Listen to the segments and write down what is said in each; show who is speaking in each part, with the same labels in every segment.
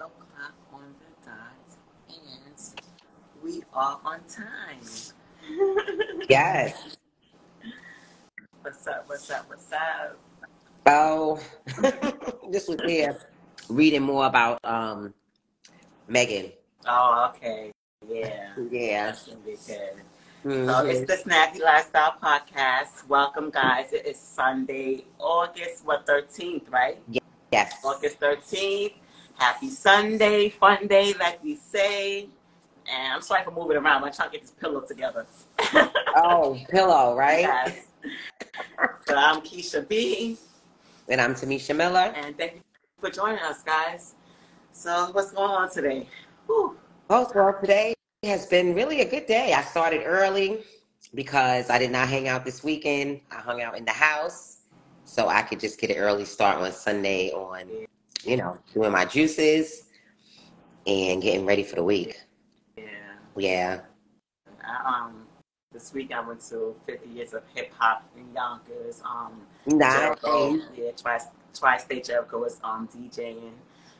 Speaker 1: o'clock on the dot, and we are on time.
Speaker 2: Yes.
Speaker 1: what's up? What's up? What's up?
Speaker 2: Oh, this was here reading more about um Megan.
Speaker 1: Oh, okay. Yeah.
Speaker 2: Yeah.
Speaker 1: That's gonna be good. So Oh, it's
Speaker 2: Mhm.
Speaker 1: the Snappy Lifestyle Podcast. Welcome, guys. It is Sunday, August what thirteenth, right?
Speaker 2: Yes.
Speaker 1: August thirteenth. Happy Sunday, fun day, like we say. And I'm sorry for moving around. I'm trying to get this pillow together.
Speaker 2: Oh, pillow, right?
Speaker 1: Yes. so I'm Keisha B,
Speaker 2: And I'm Tamisha Miller.
Speaker 1: and thank you for joining us, guys. So what's going on today? Whew.
Speaker 2: Oh, well, today has been really a good day. I started early because I did not hang out this weekend. I hung out in the house so I could just get an early start on Sunday on, you know, doing my juices and getting ready for the week.
Speaker 1: Yeah.
Speaker 2: Yeah.
Speaker 1: I, um, this week I went to 50 years of hip hop in Yonkers. Um,
Speaker 2: Nice.
Speaker 1: Jericho, yeah, Tri Tri State Jericho was um DJing.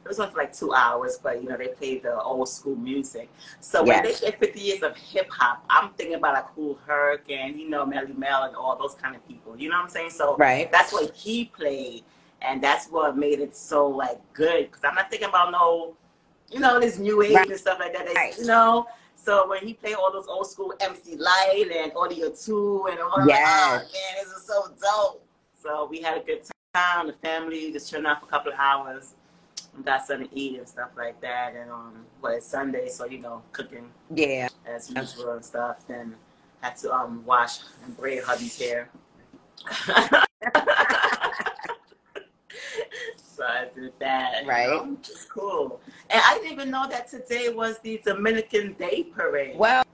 Speaker 1: It was on for like two hours, but you know they played the old school music. So when
Speaker 2: Yes.
Speaker 1: they say 50 years of hip hop, I'm thinking about like Cool Herc and you know Melly Mel and all those kind of people. You know what I'm saying? So
Speaker 2: Right.
Speaker 1: that's what he played, and that's what made it so like good. Because I'm not thinking about no, you know, this new age
Speaker 2: Right.
Speaker 1: and stuff like that. They,
Speaker 2: Right.
Speaker 1: You know, so when he played all those old school MC Light and Audio Two and all that, oh,
Speaker 2: Yes.
Speaker 1: man, this is so dope. So we had a good time. The family just chilling out for a couple of hours. and Got something to eat and stuff like that, and um, well, it's Sunday, so you know, cooking
Speaker 2: Yeah.
Speaker 1: as usual and stuff. Then had to um wash and braid hubby's hair. so I did that. you
Speaker 2: Right.
Speaker 1: know, It's cool. And I didn't even know that today was the Dominican Day Parade.
Speaker 2: Well,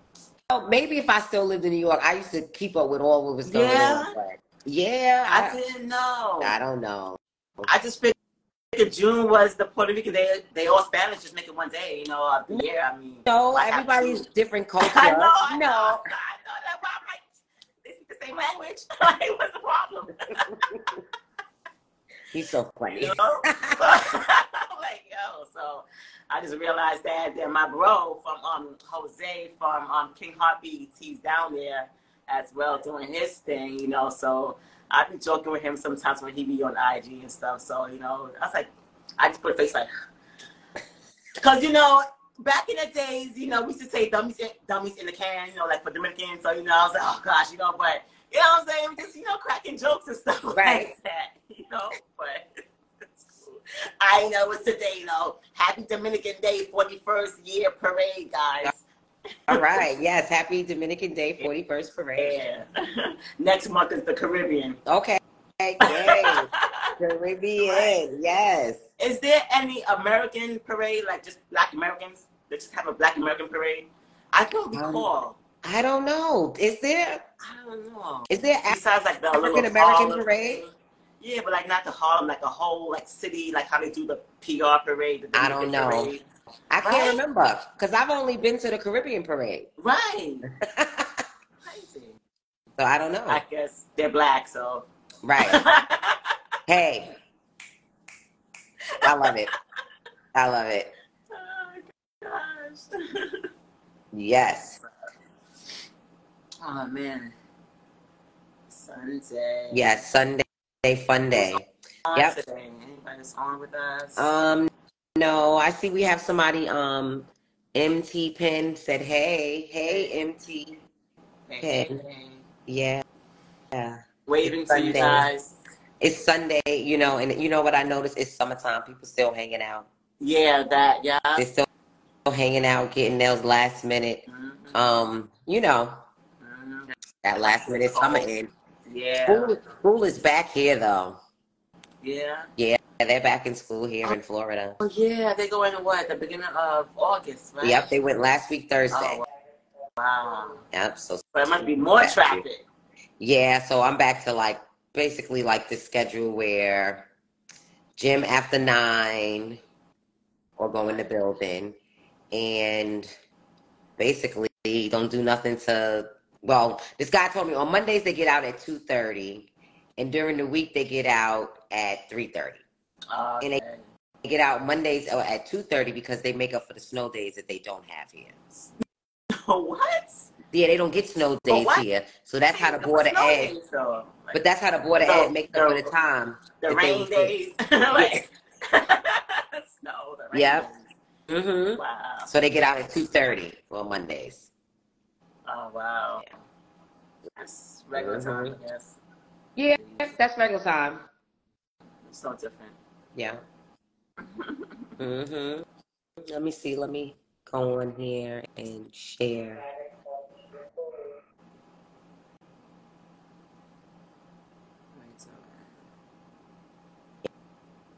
Speaker 2: well, maybe if I still lived in New York, I used to keep up with all what was going
Speaker 1: Yeah.
Speaker 2: on. But yeah.
Speaker 1: I didn't know.
Speaker 2: I don't know.
Speaker 1: I just figured June was the Puerto Rican Day. They all Spanish just make it one day, you know, of the year. I mean,
Speaker 2: No,
Speaker 1: Why have
Speaker 2: everybody's
Speaker 1: two?
Speaker 2: different culture.
Speaker 1: I know, I know, I know,
Speaker 2: No.
Speaker 1: that. Why am I- They speak the same language. like, what's the problem?
Speaker 2: He's so funny.
Speaker 1: You know? like, yo, so I just realized that that my bro from um Jose from um King Heartbeats, he's down there as well doing his thing, you know. So I've been joking with him sometimes when he be on IG and stuff. So, you know, I was like I just put a face like Cause you know, back in the days, you know, we used to say dummies in, dummies in the can, you know, like for Dominicans. So, you know, I was like, oh gosh, you know, but you know what I'm saying? We just, you know, cracking jokes and stuff
Speaker 2: Right.
Speaker 1: like that, you know, but I know it's today though. Happy Dominican Day, 41st year parade, guys.
Speaker 2: All right. Yes. Happy Dominican Day, 41st Parade.
Speaker 1: Yeah. Next month is the Caribbean.
Speaker 2: Okay. Yay. Caribbean. Yes.
Speaker 1: Is there any American parade, like just black Americans? They just have a black American parade? I don't
Speaker 2: Um,
Speaker 1: recall.
Speaker 2: I don't know. Is there
Speaker 1: I don't know.
Speaker 2: is there a-
Speaker 1: Besides like the little
Speaker 2: African American
Speaker 1: Harlem-
Speaker 2: parade?
Speaker 1: Yeah, but like not the Harlem, like a whole like city, like how they do the PR parade. The
Speaker 2: I don't
Speaker 1: Dominican
Speaker 2: know.
Speaker 1: parade.
Speaker 2: I can't
Speaker 1: Right?
Speaker 2: remember because I've only been to the Caribbean parade.
Speaker 1: Right.
Speaker 2: so
Speaker 1: Crazy.
Speaker 2: I don't know.
Speaker 1: I guess they're black, so. Oh,
Speaker 2: Right. Hey. I love it. I love it.
Speaker 1: Oh, gosh.
Speaker 2: Yes.
Speaker 1: oh man. Sunday.
Speaker 2: Yes. Sunday fun day.
Speaker 1: On
Speaker 2: yep.
Speaker 1: Today. Anybody's on with us?
Speaker 2: Um, no, I see we have somebody. Um, MT Pen said, "Hey, hey, MT,
Speaker 1: Hey,
Speaker 2: okay.
Speaker 1: hey.
Speaker 2: yeah, yeah."
Speaker 1: Waving to you
Speaker 2: Sunday.
Speaker 1: guys.
Speaker 2: It's Sunday, you know, and you know what I noticed? It's summertime. People still hanging out.
Speaker 1: Yeah, that. Yeah.
Speaker 2: They're still hanging out, getting those last minute.
Speaker 1: Mhm,
Speaker 2: Um, you know,
Speaker 1: mhm.
Speaker 2: that last minute summer in.
Speaker 1: Yeah.
Speaker 2: School, school is back here though.
Speaker 1: Yeah.
Speaker 2: Yeah, they're back in school here in Florida.
Speaker 1: Oh yeah, they go into what the beginning of August, right?
Speaker 2: Yep, they went last week Thursday.
Speaker 1: Oh, wow.
Speaker 2: Yep, so
Speaker 1: So there must be more traffic.
Speaker 2: Yeah, so I'm back to like basically like the schedule where gym after nine or go in the building and basically don't do nothing to well, this guy told me on Mondays they get out at two thirty and during the week they get out at three thirty.
Speaker 1: Okay.
Speaker 2: And they- They get out Mondays uh, at two thirty because they make up for the snow days that they don't have here.
Speaker 1: what?
Speaker 2: Yeah, they don't get snow days
Speaker 1: why-
Speaker 2: here, so that's how the board of
Speaker 1: Snow
Speaker 2: ed.
Speaker 1: days, though. Like,
Speaker 2: But that's how the board of
Speaker 1: No,
Speaker 2: ed makes up for the
Speaker 1: no.
Speaker 2: time.
Speaker 1: the
Speaker 2: that
Speaker 1: rain
Speaker 2: they-
Speaker 1: days. like, snow, the rain
Speaker 2: Yep.
Speaker 1: days.
Speaker 2: hmm
Speaker 1: Wow.
Speaker 2: So they get out at two thirty on Mondays.
Speaker 1: Oh, wow. That's regular time,
Speaker 2: Mm-hmm.
Speaker 1: I guess.
Speaker 2: Yeah, that's regular time.
Speaker 1: It's so different.
Speaker 2: Yeah. hmm Let me see. Let me go on here and share.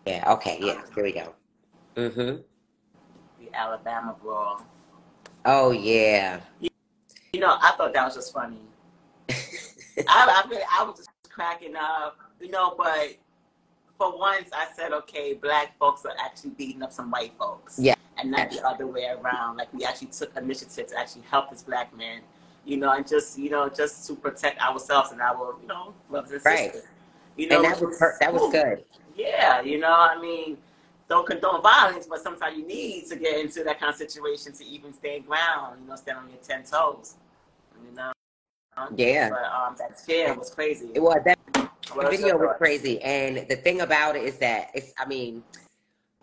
Speaker 2: Yeah. Okay. Yeah. Here we go. hmm
Speaker 1: The Alabama brawl.
Speaker 2: Oh yeah.
Speaker 1: You know, I thought that was just funny. I, I, really, I was just cracking up, you know, but for once I said, okay, black folks are actually beating up some white folks.
Speaker 2: Yeah.
Speaker 1: And not the other way around. Like, we actually took initiative to actually help this black man, you know, and just, you know, just to protect ourselves and our, you know, brothers and
Speaker 2: Right.
Speaker 1: sisters. You know,
Speaker 2: And that
Speaker 1: which
Speaker 2: was per- that was
Speaker 1: cool.
Speaker 2: good.
Speaker 1: Yeah, you know, I mean, don't condone violence, but sometimes you need to get into that kind of situation to even stay ground, you know, stand on your 10 toes, you know.
Speaker 2: Yeah.
Speaker 1: But um, that chair was crazy.
Speaker 2: It was. That
Speaker 1: What else
Speaker 2: video
Speaker 1: you
Speaker 2: was
Speaker 1: thought?
Speaker 2: crazy. And the thing about it is that it's. I mean,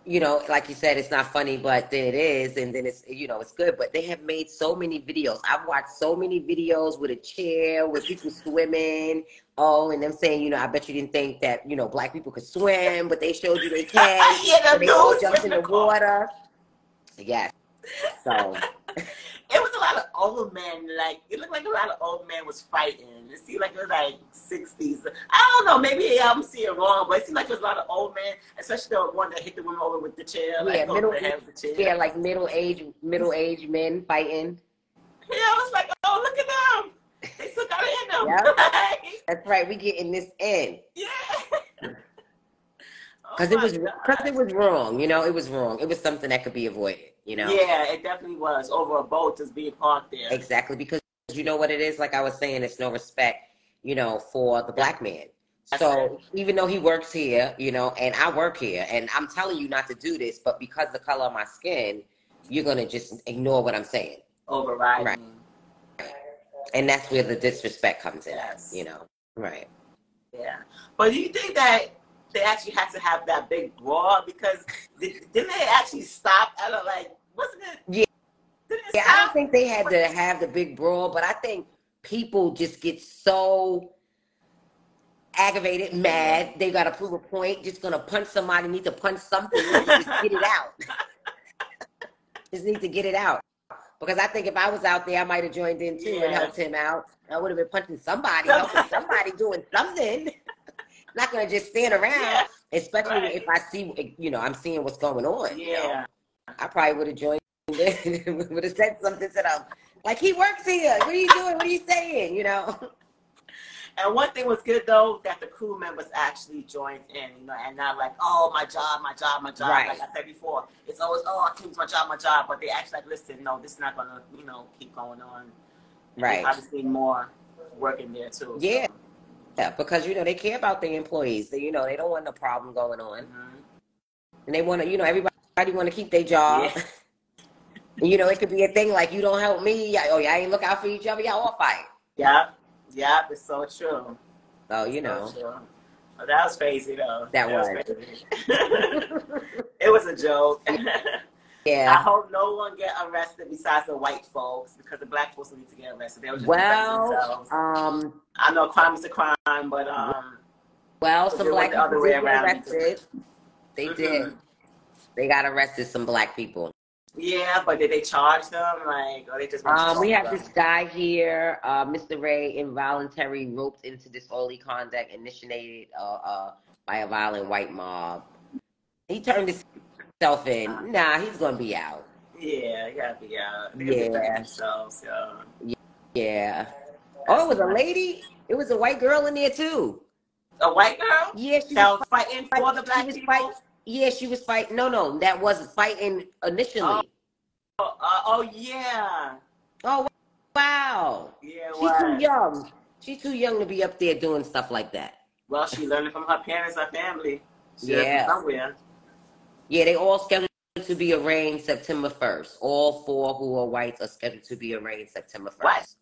Speaker 2: you know, like you said, it's not funny, but then it is, and then it's. You know, it's good. But they have made so many videos. I've watched so many videos with a chair, with people swimming. Oh, and them saying, you know, I bet you didn't think that you know black people could swim, but they showed you they can.
Speaker 1: yeah,
Speaker 2: So
Speaker 1: them
Speaker 2: they all
Speaker 1: dudes
Speaker 2: jumped
Speaker 1: with
Speaker 2: in the
Speaker 1: the car.
Speaker 2: water. Yes. So
Speaker 1: It was a lot of old men. Like it looked like a lot of old men was fighting. It seemed like it was like sixties. I don't know. Maybe I'm seeing wrong, but it seemed like there was a lot of old men, especially the one that hit the woman over with the chair, like
Speaker 2: Yeah,
Speaker 1: over
Speaker 2: middle-
Speaker 1: the head with the chair.
Speaker 2: yeah, like middle age middle aged men fighting.
Speaker 1: Yeah, I was like, oh, look at them. They still got it in them.
Speaker 2: Yep.
Speaker 1: Like,
Speaker 2: That's right. We getting this in
Speaker 1: yeah. Oh
Speaker 2: because it
Speaker 1: my
Speaker 2: was
Speaker 1: God.
Speaker 2: because it was wrong. You know, it was wrong. It was something that could be avoided. You know,
Speaker 1: Yeah, it definitely was over a boat just being parked there.
Speaker 2: exactly because you know what it is. Like I was saying, it's no respect. You know, for the black man.
Speaker 1: That's
Speaker 2: So even though he works here, you know, and I work here, and I'm telling you not to do this, but because the color of my skin, you're gonna just ignore what I'm saying,
Speaker 1: Overriding.
Speaker 2: Right. and that's where the disrespect comes in.
Speaker 1: Yes.
Speaker 2: You know, right.
Speaker 1: Yeah. But do you think that they actually had to have that big brawl because did, didn't they actually stop at a, like wasn't it?
Speaker 2: Yeah.
Speaker 1: Didn't it
Speaker 2: Yeah, I don't
Speaker 1: stop?
Speaker 2: think they had to have the big brawl, but I think people just get so aggravated, mad. They got to prove a point. Just gonna punch somebody. Need to punch something. Need to just get it out. just need to get it out. Because I think if I was out there, I might have joined in too and
Speaker 1: Yeah.
Speaker 2: helped him out. I would have been punching somebody, helping somebody, doing something. Not gonna just stand around,
Speaker 1: Yeah.
Speaker 2: especially
Speaker 1: Right.
Speaker 2: if I see, you know, I'm seeing what's going on. you know?
Speaker 1: Yeah.
Speaker 2: I probably would have joined in, would have said something to them. Like, he works here. What are you doing? What are you saying? You know?
Speaker 1: And one thing was good though that the crew members actually joined in, you know, and not like, oh my job, my job, my job.
Speaker 2: Right.
Speaker 1: Like I said before, it's always oh I keep my job, my job, but they actually like, listen, no, this is not gonna, you know, keep going on.
Speaker 2: Right.
Speaker 1: Obviously, more work in there too.
Speaker 2: Yeah. Yeah, because, you know, they care about their employees. They, you know, they don't want no problem going
Speaker 1: So.
Speaker 2: on.
Speaker 1: Mhm.
Speaker 2: And they want to, you know, everybody want to keep their job. And, you know, it could be a thing like, you don't help me. Y'all, oh, y'all ain't look out for each other. Y'all all fight.
Speaker 1: Yeah. Yeah. It's so true.
Speaker 2: So, you know.
Speaker 1: Sure. Well, that was crazy though.
Speaker 2: That
Speaker 1: crazy. it was a joke. I
Speaker 2: Yeah.
Speaker 1: hope no one get arrested besides the white folks because the black folks need to get arrested. They were just protecting
Speaker 2: Well,
Speaker 1: themselves.
Speaker 2: um,
Speaker 1: I know crime is a crime, but
Speaker 2: Mm-hmm.
Speaker 1: um,
Speaker 2: well,
Speaker 1: It
Speaker 2: some
Speaker 1: was
Speaker 2: black
Speaker 1: the other
Speaker 2: people
Speaker 1: way
Speaker 2: did get
Speaker 1: around.
Speaker 2: arrested. They did.
Speaker 1: mhm.
Speaker 2: They got arrested, some black people.
Speaker 1: Yeah, but did they charge them? Like, or they just want to
Speaker 2: Um, we
Speaker 1: talk
Speaker 2: have
Speaker 1: about
Speaker 2: this
Speaker 1: it?
Speaker 2: guy here, uh, Mr. Ray, involuntary roped into disorderly conduct initiated uh, uh, by a violent white mob. He turned himself in. Nah, he's gonna be out.
Speaker 1: Yeah, you gotta be uh, out. They yeah.
Speaker 2: Yeah.
Speaker 1: themselves. Yeah.
Speaker 2: Yeah. Oh, it was a lady. It was a white girl in there too.
Speaker 1: A white girl
Speaker 2: Yeah, she
Speaker 1: that
Speaker 2: was,
Speaker 1: was fighting
Speaker 2: fight-
Speaker 1: for the black
Speaker 2: she was
Speaker 1: people.
Speaker 2: fighting. Yeah, she was fighting. No, no, that was fighting initially.
Speaker 1: Oh.
Speaker 2: Oh,
Speaker 1: Oh, uh, oh yeah,
Speaker 2: Oh, wow.
Speaker 1: yeah. it
Speaker 2: She's too
Speaker 1: was.
Speaker 2: young. She's too young to be up there doing stuff like that.
Speaker 1: Well, she learned it from her parents, her family. She learned it
Speaker 2: Yeah.
Speaker 1: from somewhere.
Speaker 2: Yeah, they all scheduled to be arraigned September 1st. All four who are whites are scheduled to be arraigned September
Speaker 1: Why
Speaker 2: 1st.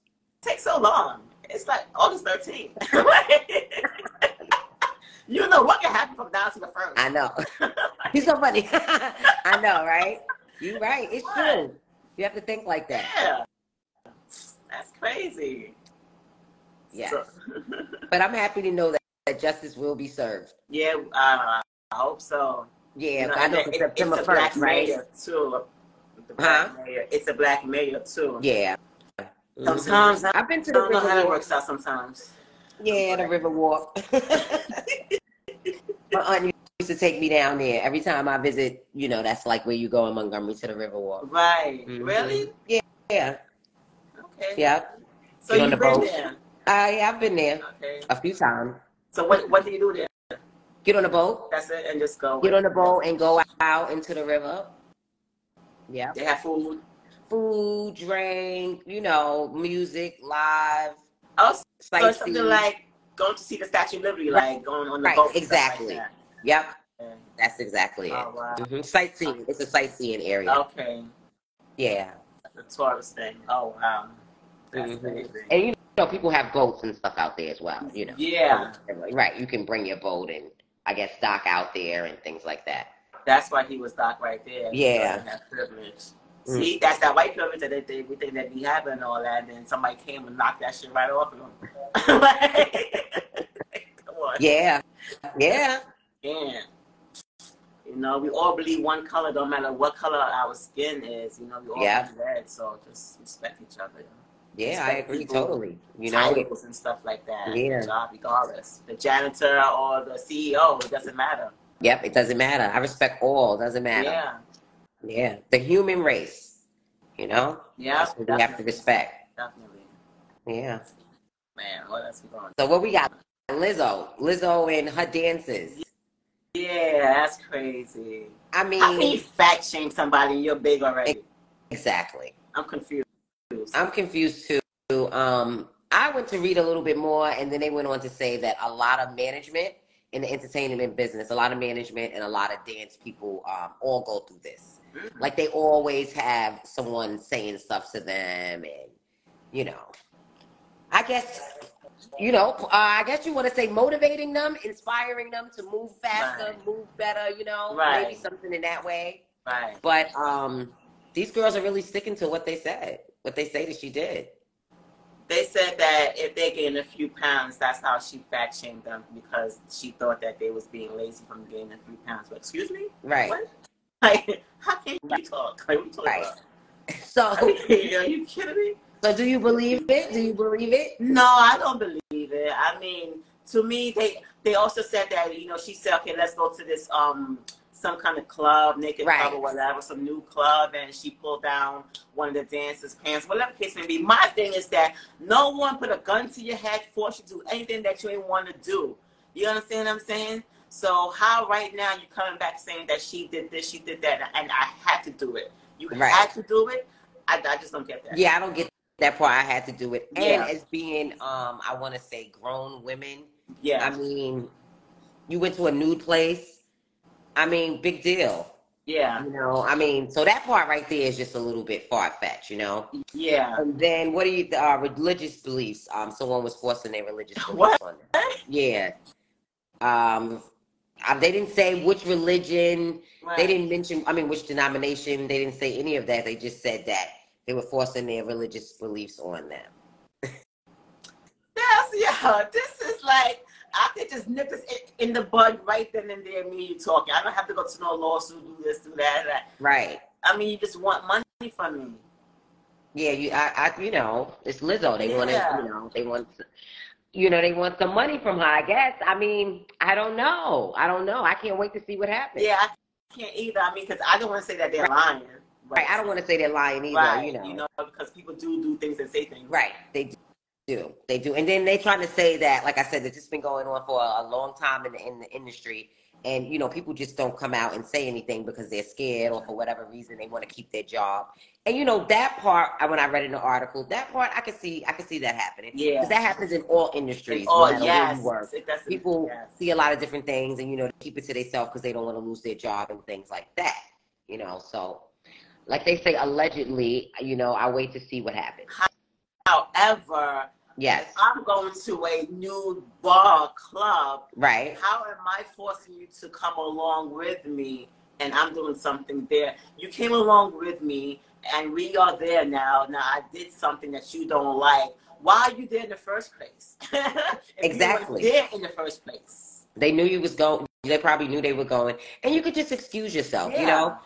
Speaker 1: takes so long? It's like August 13th. you know what can happen from now to the first.
Speaker 2: I know. He's so funny. I know, right? You're right. It's
Speaker 1: What?
Speaker 2: true. You have to think like that.
Speaker 1: Yeah. That's crazy.
Speaker 2: Yes.
Speaker 1: So-
Speaker 2: But I'm happy to know that, that justice will be served.
Speaker 1: yeah, uh, I hope so.
Speaker 2: Yeah,
Speaker 1: You know,
Speaker 2: I know
Speaker 1: and
Speaker 2: for
Speaker 1: it-
Speaker 2: September
Speaker 1: it's a black
Speaker 2: 1st, right?
Speaker 1: mayor too. The black
Speaker 2: Huh?
Speaker 1: mayor. It's a black mayor too.
Speaker 2: Yeah. Mhm.
Speaker 1: Sometimes I
Speaker 2: I've been to the
Speaker 1: don't know how
Speaker 2: river
Speaker 1: that
Speaker 2: walk.
Speaker 1: works out. Sometimes.
Speaker 2: Yeah, the river walk. My aunt used to take me down there. Every time I visit, you know, that's like where you go in Montgomery to the river walk.
Speaker 1: Right.
Speaker 2: Mhm.
Speaker 1: Really?
Speaker 2: Yeah.
Speaker 1: Okay.
Speaker 2: Yeah.
Speaker 1: So
Speaker 2: Get on
Speaker 1: you've
Speaker 2: the
Speaker 1: been
Speaker 2: boat.
Speaker 1: there.
Speaker 2: I I've been there
Speaker 1: Okay.
Speaker 2: a few times.
Speaker 1: So what what do you do there?
Speaker 2: Get on a boat.
Speaker 1: That's it, and just go.
Speaker 2: Get on a boat and go out into the river. Yeah.
Speaker 1: They have food.
Speaker 2: Food, drink, you know, music, live,
Speaker 1: Also, Oh, so it's
Speaker 2: sightseeing.
Speaker 1: something like going to see the Statue of Liberty, like going on the
Speaker 2: Right,
Speaker 1: boat. and stuff
Speaker 2: exactly.
Speaker 1: Like
Speaker 2: yep,
Speaker 1: that.
Speaker 2: that's exactly it.
Speaker 1: Oh wow.
Speaker 2: Mhm. Sightseeing. It's a sightseeing area.
Speaker 1: Okay.
Speaker 2: Yeah.
Speaker 1: The tourist thing. Oh wow. That's
Speaker 2: Mhm.
Speaker 1: amazing.
Speaker 2: And you know, people have boats and stuff out there as well, you know.
Speaker 1: Yeah.
Speaker 2: Right. You can bring your boat and I guess dock out there and things like that.
Speaker 1: That's why he was doc right there. He
Speaker 2: Yeah.
Speaker 1: doesn't have privilege.
Speaker 2: Mm.
Speaker 1: See, that's that white privilege that they think we think that we have and all that, and then somebody came and knocked that shit right off of him. Come on.
Speaker 2: Yeah. Yeah.
Speaker 1: Yeah. You know, we all believe one color, don't matter what color our skin is. You know, we all
Speaker 2: Yeah.
Speaker 1: believe red, so just respect each other.
Speaker 2: Yeah, I
Speaker 1: Respect
Speaker 2: agree
Speaker 1: people.
Speaker 2: totally. You know, it-
Speaker 1: Titles and stuff like that.
Speaker 2: Yeah.
Speaker 1: Job regardless, the janitor or the CEO, it doesn't matter.
Speaker 2: yep, it doesn't matter. I respect all, doesn't matter.
Speaker 1: Yeah.
Speaker 2: Yeah. The human race. You know?
Speaker 1: Yeah.
Speaker 2: That's what we have to respect.
Speaker 1: Definitely.
Speaker 2: Yeah.
Speaker 1: Man, what else we going?
Speaker 2: So what we got? Lizzo. Lizzo and her dances.
Speaker 1: Yeah, that's crazy.
Speaker 2: I
Speaker 1: How can you
Speaker 2: mean
Speaker 1: fact shame somebody and you're big already?
Speaker 2: exactly.
Speaker 1: I'm confused.
Speaker 2: I'm confused too. Um, I went to read a little bit more, and then they went on to say that a lot of management in the entertainment business, a lot of management and a lot of dance people um, all go through this.
Speaker 1: Mhm.
Speaker 2: Like they always have someone saying stuff to them, and you know, I guess. You know, uh, I guess you want to say motivating them, inspiring them to move faster,
Speaker 1: Right.
Speaker 2: move better. You know,
Speaker 1: Right.
Speaker 2: maybe something in that way.
Speaker 1: Right.
Speaker 2: But um, these girls are really sticking to what they said, what they say that she did.
Speaker 1: They said that if they gain a few pounds, that's how she fact shamed them because she thought that they was being lazy from gaining a few pounds. But excuse me,
Speaker 2: Right.
Speaker 1: What? like how can you talk? Like we talking
Speaker 2: Right.
Speaker 1: about?
Speaker 2: So,
Speaker 1: Are you kidding me?
Speaker 2: so do you believe it? Do you believe it?
Speaker 1: No, I don't believe it. I mean, to me, they they also said that you know she said, okay, let's go to this um some kind of club, naked club
Speaker 2: Right.
Speaker 1: or whatever, some new club, and she pulled down one of the dancers' pants, whatever the case may be. My thing is that no one put a gun to your head, force you to do anything that you ain't want to do. You understand what I'm saying? So how right now you coming back saying that she did this, she did that, and I had to do it. You
Speaker 2: Right.
Speaker 1: had to do it. I, I just don't get that.
Speaker 2: Yeah, I don't get that part. I had to do it, and
Speaker 1: Yeah.
Speaker 2: as being, um, I want to say, grown women.
Speaker 1: Yeah.
Speaker 2: I mean, you went to a nude place. I mean, big deal.
Speaker 1: yeah.
Speaker 2: You know, I mean, so that part right there is just a little bit far fetched. You know.
Speaker 1: Yeah.
Speaker 2: And Um, then, what are you uh, religious beliefs? Um, someone was forcing their religious beliefs
Speaker 1: What?
Speaker 2: on them. Yeah. Um, uh, they didn't say which religion.
Speaker 1: Right.
Speaker 2: They didn't mention, I mean, which denomination. They didn't say any of that. They just said that they were forcing their religious beliefs on them.
Speaker 1: Yes, yeah. This is like I could just nip this in, in the bud right then and there. Me and you talking. I don't have to go to no lawsuit. Do this, do that. that.
Speaker 2: Right.
Speaker 1: I mean, you just want money from me.
Speaker 2: Yeah, you, I, I, you know, it's Lizzo. They want to,
Speaker 1: Yeah.
Speaker 2: you know, they want, you know, they want some money from her. I guess. I mean, I don't know. I don't know. I can't wait to see what happens.
Speaker 1: Yeah, I can't either. I mean, because I don't want to say that they're lying. but-
Speaker 2: Right. I don't want to say they're lying either.
Speaker 1: Right,
Speaker 2: You know.
Speaker 1: because people do do things and say things.
Speaker 2: Right. They do. They do. And then they trying to say that, like I said, that this been going on for a long time in the, in the industry, and you know people just don't come out and say anything because they're scared or for whatever reason they want to keep their job and you know that part I- when i read in the article that part i could see i could see that happening
Speaker 1: Yeah.
Speaker 2: because that happens in all industries no
Speaker 1: Oh
Speaker 2: matter where
Speaker 1: yes,
Speaker 2: you work.
Speaker 1: That's-
Speaker 2: people
Speaker 1: yes.
Speaker 2: see a lot of different things and you know keep it to themselves because they don't want to lose their job and things like that you know so like they say allegedly you know i wait to see what happens
Speaker 1: However,
Speaker 2: yes
Speaker 1: if I'm going to a new bar club,
Speaker 2: right
Speaker 1: how am I forcing you to come along with me? And I'm doing something there. You came along with me, and we are there now. Now I did something that you don't like. Why are you there in the first place? If you weren't
Speaker 2: Exactly.
Speaker 1: There in the first place.
Speaker 2: they knew you was going they probably knew they were going and you could just excuse yourself you know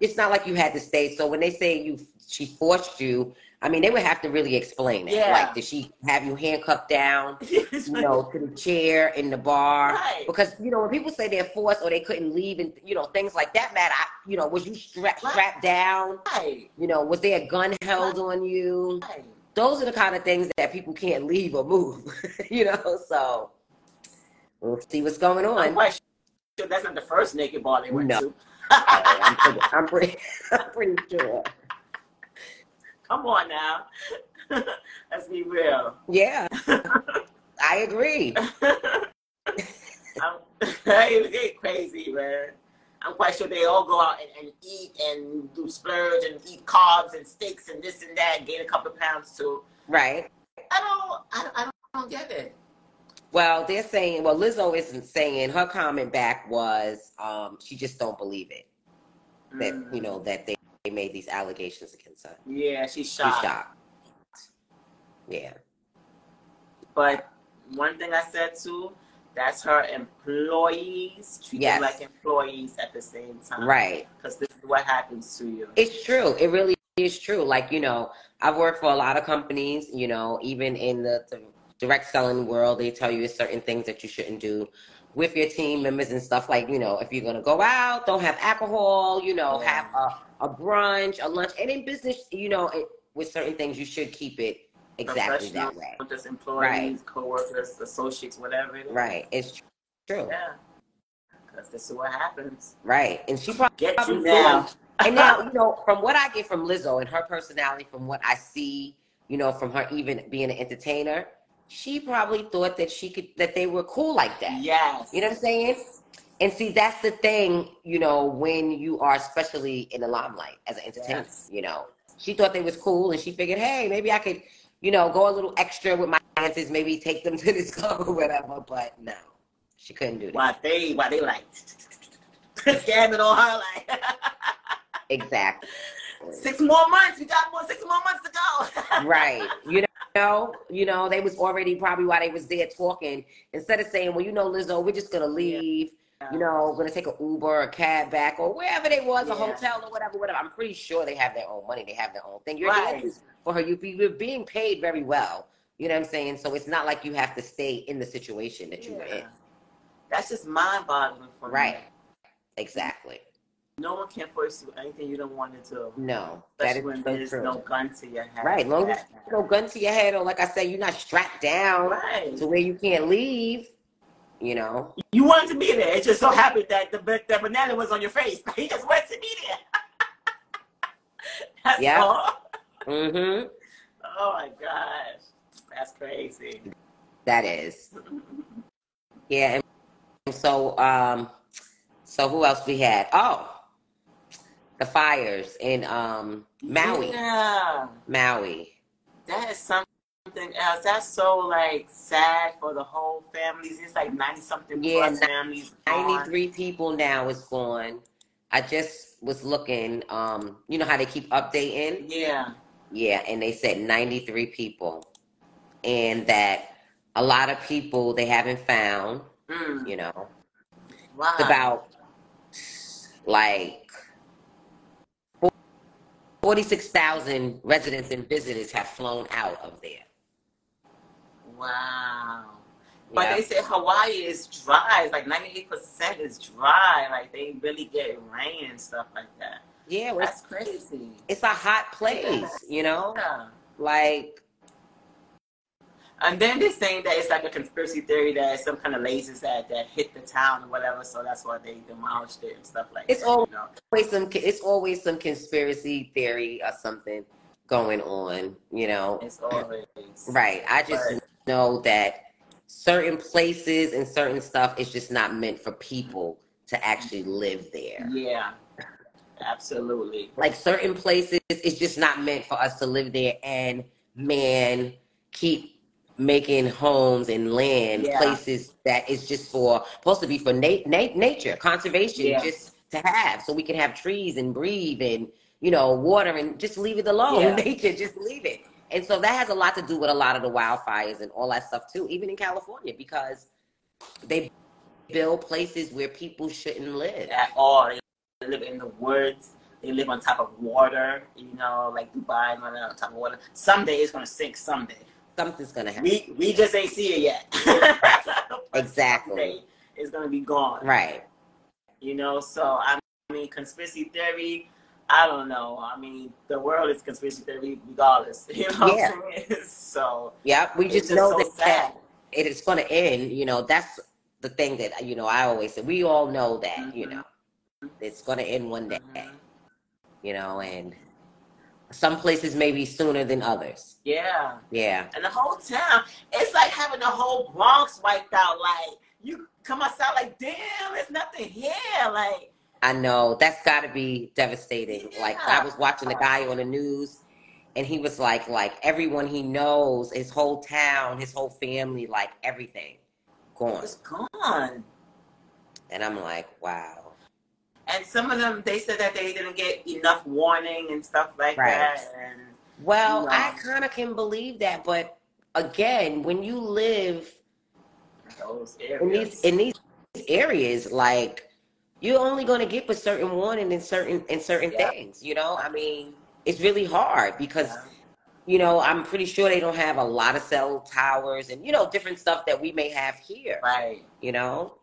Speaker 2: it's not like you had to stay. So when they say you, she forced you. I mean, they would have to really explain it.
Speaker 1: Yeah.
Speaker 2: Like, did she have you handcuffed down,
Speaker 1: It's
Speaker 2: you
Speaker 1: like-
Speaker 2: know, to the chair in the bar?
Speaker 1: Right.
Speaker 2: Because you know, when people say they're forced or they couldn't leave, and you know, things like that matter. I, you know, was you strapped
Speaker 1: Right.
Speaker 2: strapped down?
Speaker 1: Right.
Speaker 2: You know, was there a gun held on you?
Speaker 1: Right.
Speaker 2: Those are the kind of things that people can't leave or move. you know, so we'll see what's going on.
Speaker 1: I'm quite sure that's not the first naked bar they went
Speaker 2: No.
Speaker 1: to.
Speaker 2: I'm pretty, I'm pretty, I'm pretty sure.
Speaker 1: Come on now. Let's be real.
Speaker 2: Yeah, I agree.
Speaker 1: I'm, they get crazy, man. I'm quite sure they all go out and, and eat and do splurge and eat carbs and steaks and this and that, gain a couple of pounds too.
Speaker 2: Right.
Speaker 1: I don't, I, don't- I don't, I don't get it.
Speaker 2: Well, they're saying, well, Lizzo isn't saying her comment back was um, she just don't believe it that
Speaker 1: Mm.
Speaker 2: you know that they, they made these allegations against her.
Speaker 1: Yeah, she's
Speaker 2: She's
Speaker 1: shocked.
Speaker 2: shocked. Yeah.
Speaker 1: But one thing I said too, that's her employees treat
Speaker 2: Yes.
Speaker 1: them like employees at the same time.
Speaker 2: Right.
Speaker 1: Because this is what happens to you.
Speaker 2: It's true. It really is true. Like, you know, I've worked for a lot of companies, you know, even in the, the direct selling world, they tell you certain things that you shouldn't do with your team members and stuff like, you know, if you're going to go out, don't have alcohol, you know,
Speaker 1: Yeah.
Speaker 2: have a, a brunch, a lunch. And in business, you know, it, with certain things, you should keep it exactly that
Speaker 1: Professional,
Speaker 2: way.
Speaker 1: Just employees, coworkers, associates, whatever it is.
Speaker 2: Right. It's true.
Speaker 1: Yeah. Because this is what happens.
Speaker 2: Right. And she probably.
Speaker 1: Get you
Speaker 2: Probably
Speaker 1: now.
Speaker 2: and now you know from what i get from lizzo and her personality from what i see you know from her even being an entertainer she probably thought that she could that they were cool like that
Speaker 1: Yes.
Speaker 2: you know what i'm saying and see that's the thing you know when you are especially in the limelight as an entertainer
Speaker 1: Yes.
Speaker 2: you know she thought they was cool and she figured hey maybe i could you know go a little extra with my dances maybe take them to this club or whatever but no she couldn't do that
Speaker 1: Why they why they like scamming on her like
Speaker 2: exactly
Speaker 1: six more months, we got more six more months to go.
Speaker 2: right you know you know they was already probably while they was there talking instead of saying well you know lizzo we're just gonna leave you know we're gonna take an uber a cab back or wherever they was a
Speaker 1: Yeah.
Speaker 2: hotel or whatever whatever i'm pretty sure they have their own money they have their own thing you're
Speaker 1: Right.
Speaker 2: dancing for her you, you're being paid very well you know what i'm saying so it's not like you have to stay in the situation that you were in
Speaker 1: Yeah. That's just mind boggling for
Speaker 2: right
Speaker 1: me.
Speaker 2: exactly
Speaker 1: No one can force you anything you don't want to do.
Speaker 2: no that
Speaker 1: Especially
Speaker 2: is
Speaker 1: when
Speaker 2: so
Speaker 1: there's
Speaker 2: true
Speaker 1: no gun to your head.
Speaker 2: right long as
Speaker 1: Yeah.
Speaker 2: you no gun to your head or like i said you're not strapped down
Speaker 1: Right.
Speaker 2: to where you can't leave, you know.
Speaker 1: You wanted to be there. It just so happened that the ba- the banana was on your face. You just wanted to be there. That's
Speaker 2: Yeah.
Speaker 1: all.
Speaker 2: Mm-hmm.
Speaker 1: Oh my gosh. That's crazy.
Speaker 2: That is. Yeah, and- and so um so who else we had? Oh. The fires in um Maui.
Speaker 1: Yeah.
Speaker 2: Maui.
Speaker 1: That is something else. That's so like sad for the whole families. It's like ninety something
Speaker 2: Yeah,
Speaker 1: plus families. gone.
Speaker 2: 93 people now is gone. I just was looking, um, you know how they keep updating?
Speaker 1: Yeah.
Speaker 2: Yeah, and they said 93 people. And that a lot of people they haven't found,
Speaker 1: Mm.
Speaker 2: you know.
Speaker 1: Wow.
Speaker 2: It's about like 46,000 residents and visitors have flown out of there.
Speaker 1: wow. But
Speaker 2: Yeah.
Speaker 1: they say Hawaii is dry. It's like ninety eight percent is dry. Like they really get rain and stuff like that.
Speaker 2: yeah, well, it's,
Speaker 1: That's crazy.
Speaker 2: it's a hot place, you know?
Speaker 1: Yeah.
Speaker 2: Like,
Speaker 1: And then they're saying that it's like a conspiracy theory that it's some kind of lasers that, that hit the town or whatever, so that's why they demolished it and stuff like
Speaker 2: It's
Speaker 1: that.
Speaker 2: all-
Speaker 1: you know?
Speaker 2: always some it's always some conspiracy theory or something going on you know
Speaker 1: It's always
Speaker 2: right i just
Speaker 1: Right.
Speaker 2: know that certain places and certain stuff is just not meant for people to actually live there
Speaker 1: Yeah, absolutely.
Speaker 2: like certain places it's just not meant for us to live there and man keep making homes and land
Speaker 1: Yeah.
Speaker 2: places that is just for supposed to be for na- na- nature conservation
Speaker 1: Yeah.
Speaker 2: just to have so we can have trees and breathe and you know water and just leave it alone
Speaker 1: Yeah.
Speaker 2: nature just leave it and so that has a lot to do with a lot of the wildfires and all that stuff too even in california because they build places where people shouldn't live
Speaker 1: at all. They live in the woods. They live on top of water. You know, like Dubai, running on top of water. Someday it's gonna sink. Someday
Speaker 2: something's gonna happen
Speaker 1: we we just ain't see it yet. But
Speaker 2: Exactly.
Speaker 1: someday It's gonna be gone.
Speaker 2: right
Speaker 1: You know, so I mean, conspiracy theory. I don't know. I mean, the world is conspiracy theory regardless. You know what I'm saying? So
Speaker 2: Yep, we
Speaker 1: it's
Speaker 2: just know
Speaker 1: so
Speaker 2: that,
Speaker 1: sad.
Speaker 2: that it is going to end. You know, that's the thing that you know. I always say we all know that. You
Speaker 1: Mhm.
Speaker 2: know, it's going to end one day.
Speaker 1: Mhm.
Speaker 2: You know, and some places maybe sooner than others.
Speaker 1: Yeah.
Speaker 2: Yeah,
Speaker 1: and the whole town. It's like having the whole Bronx wiped out. Like you come outside, like damn, there's nothing here. Like
Speaker 2: I know that's got to be devastating. Like I was watching the guy on the news, and he was like, like everyone he knows, his whole town, his whole family, like everything gone.
Speaker 1: it's gone.
Speaker 2: And I'm like, wow.
Speaker 1: And some of them, they said that they didn't get enough warning and stuff like
Speaker 2: Right.
Speaker 1: that. And
Speaker 2: Well,
Speaker 1: No.
Speaker 2: I kind of can believe that, but again, when you live
Speaker 1: those
Speaker 2: in these
Speaker 1: areas.
Speaker 2: in these areas, like you're only going to get with certain warning and certain and certain
Speaker 1: Yeah.
Speaker 2: things. You know, I mean, it's really hard because you know I'm pretty sure they don't have a lot of cell towers and you know different stuff that we may have here.
Speaker 1: right.
Speaker 2: You know,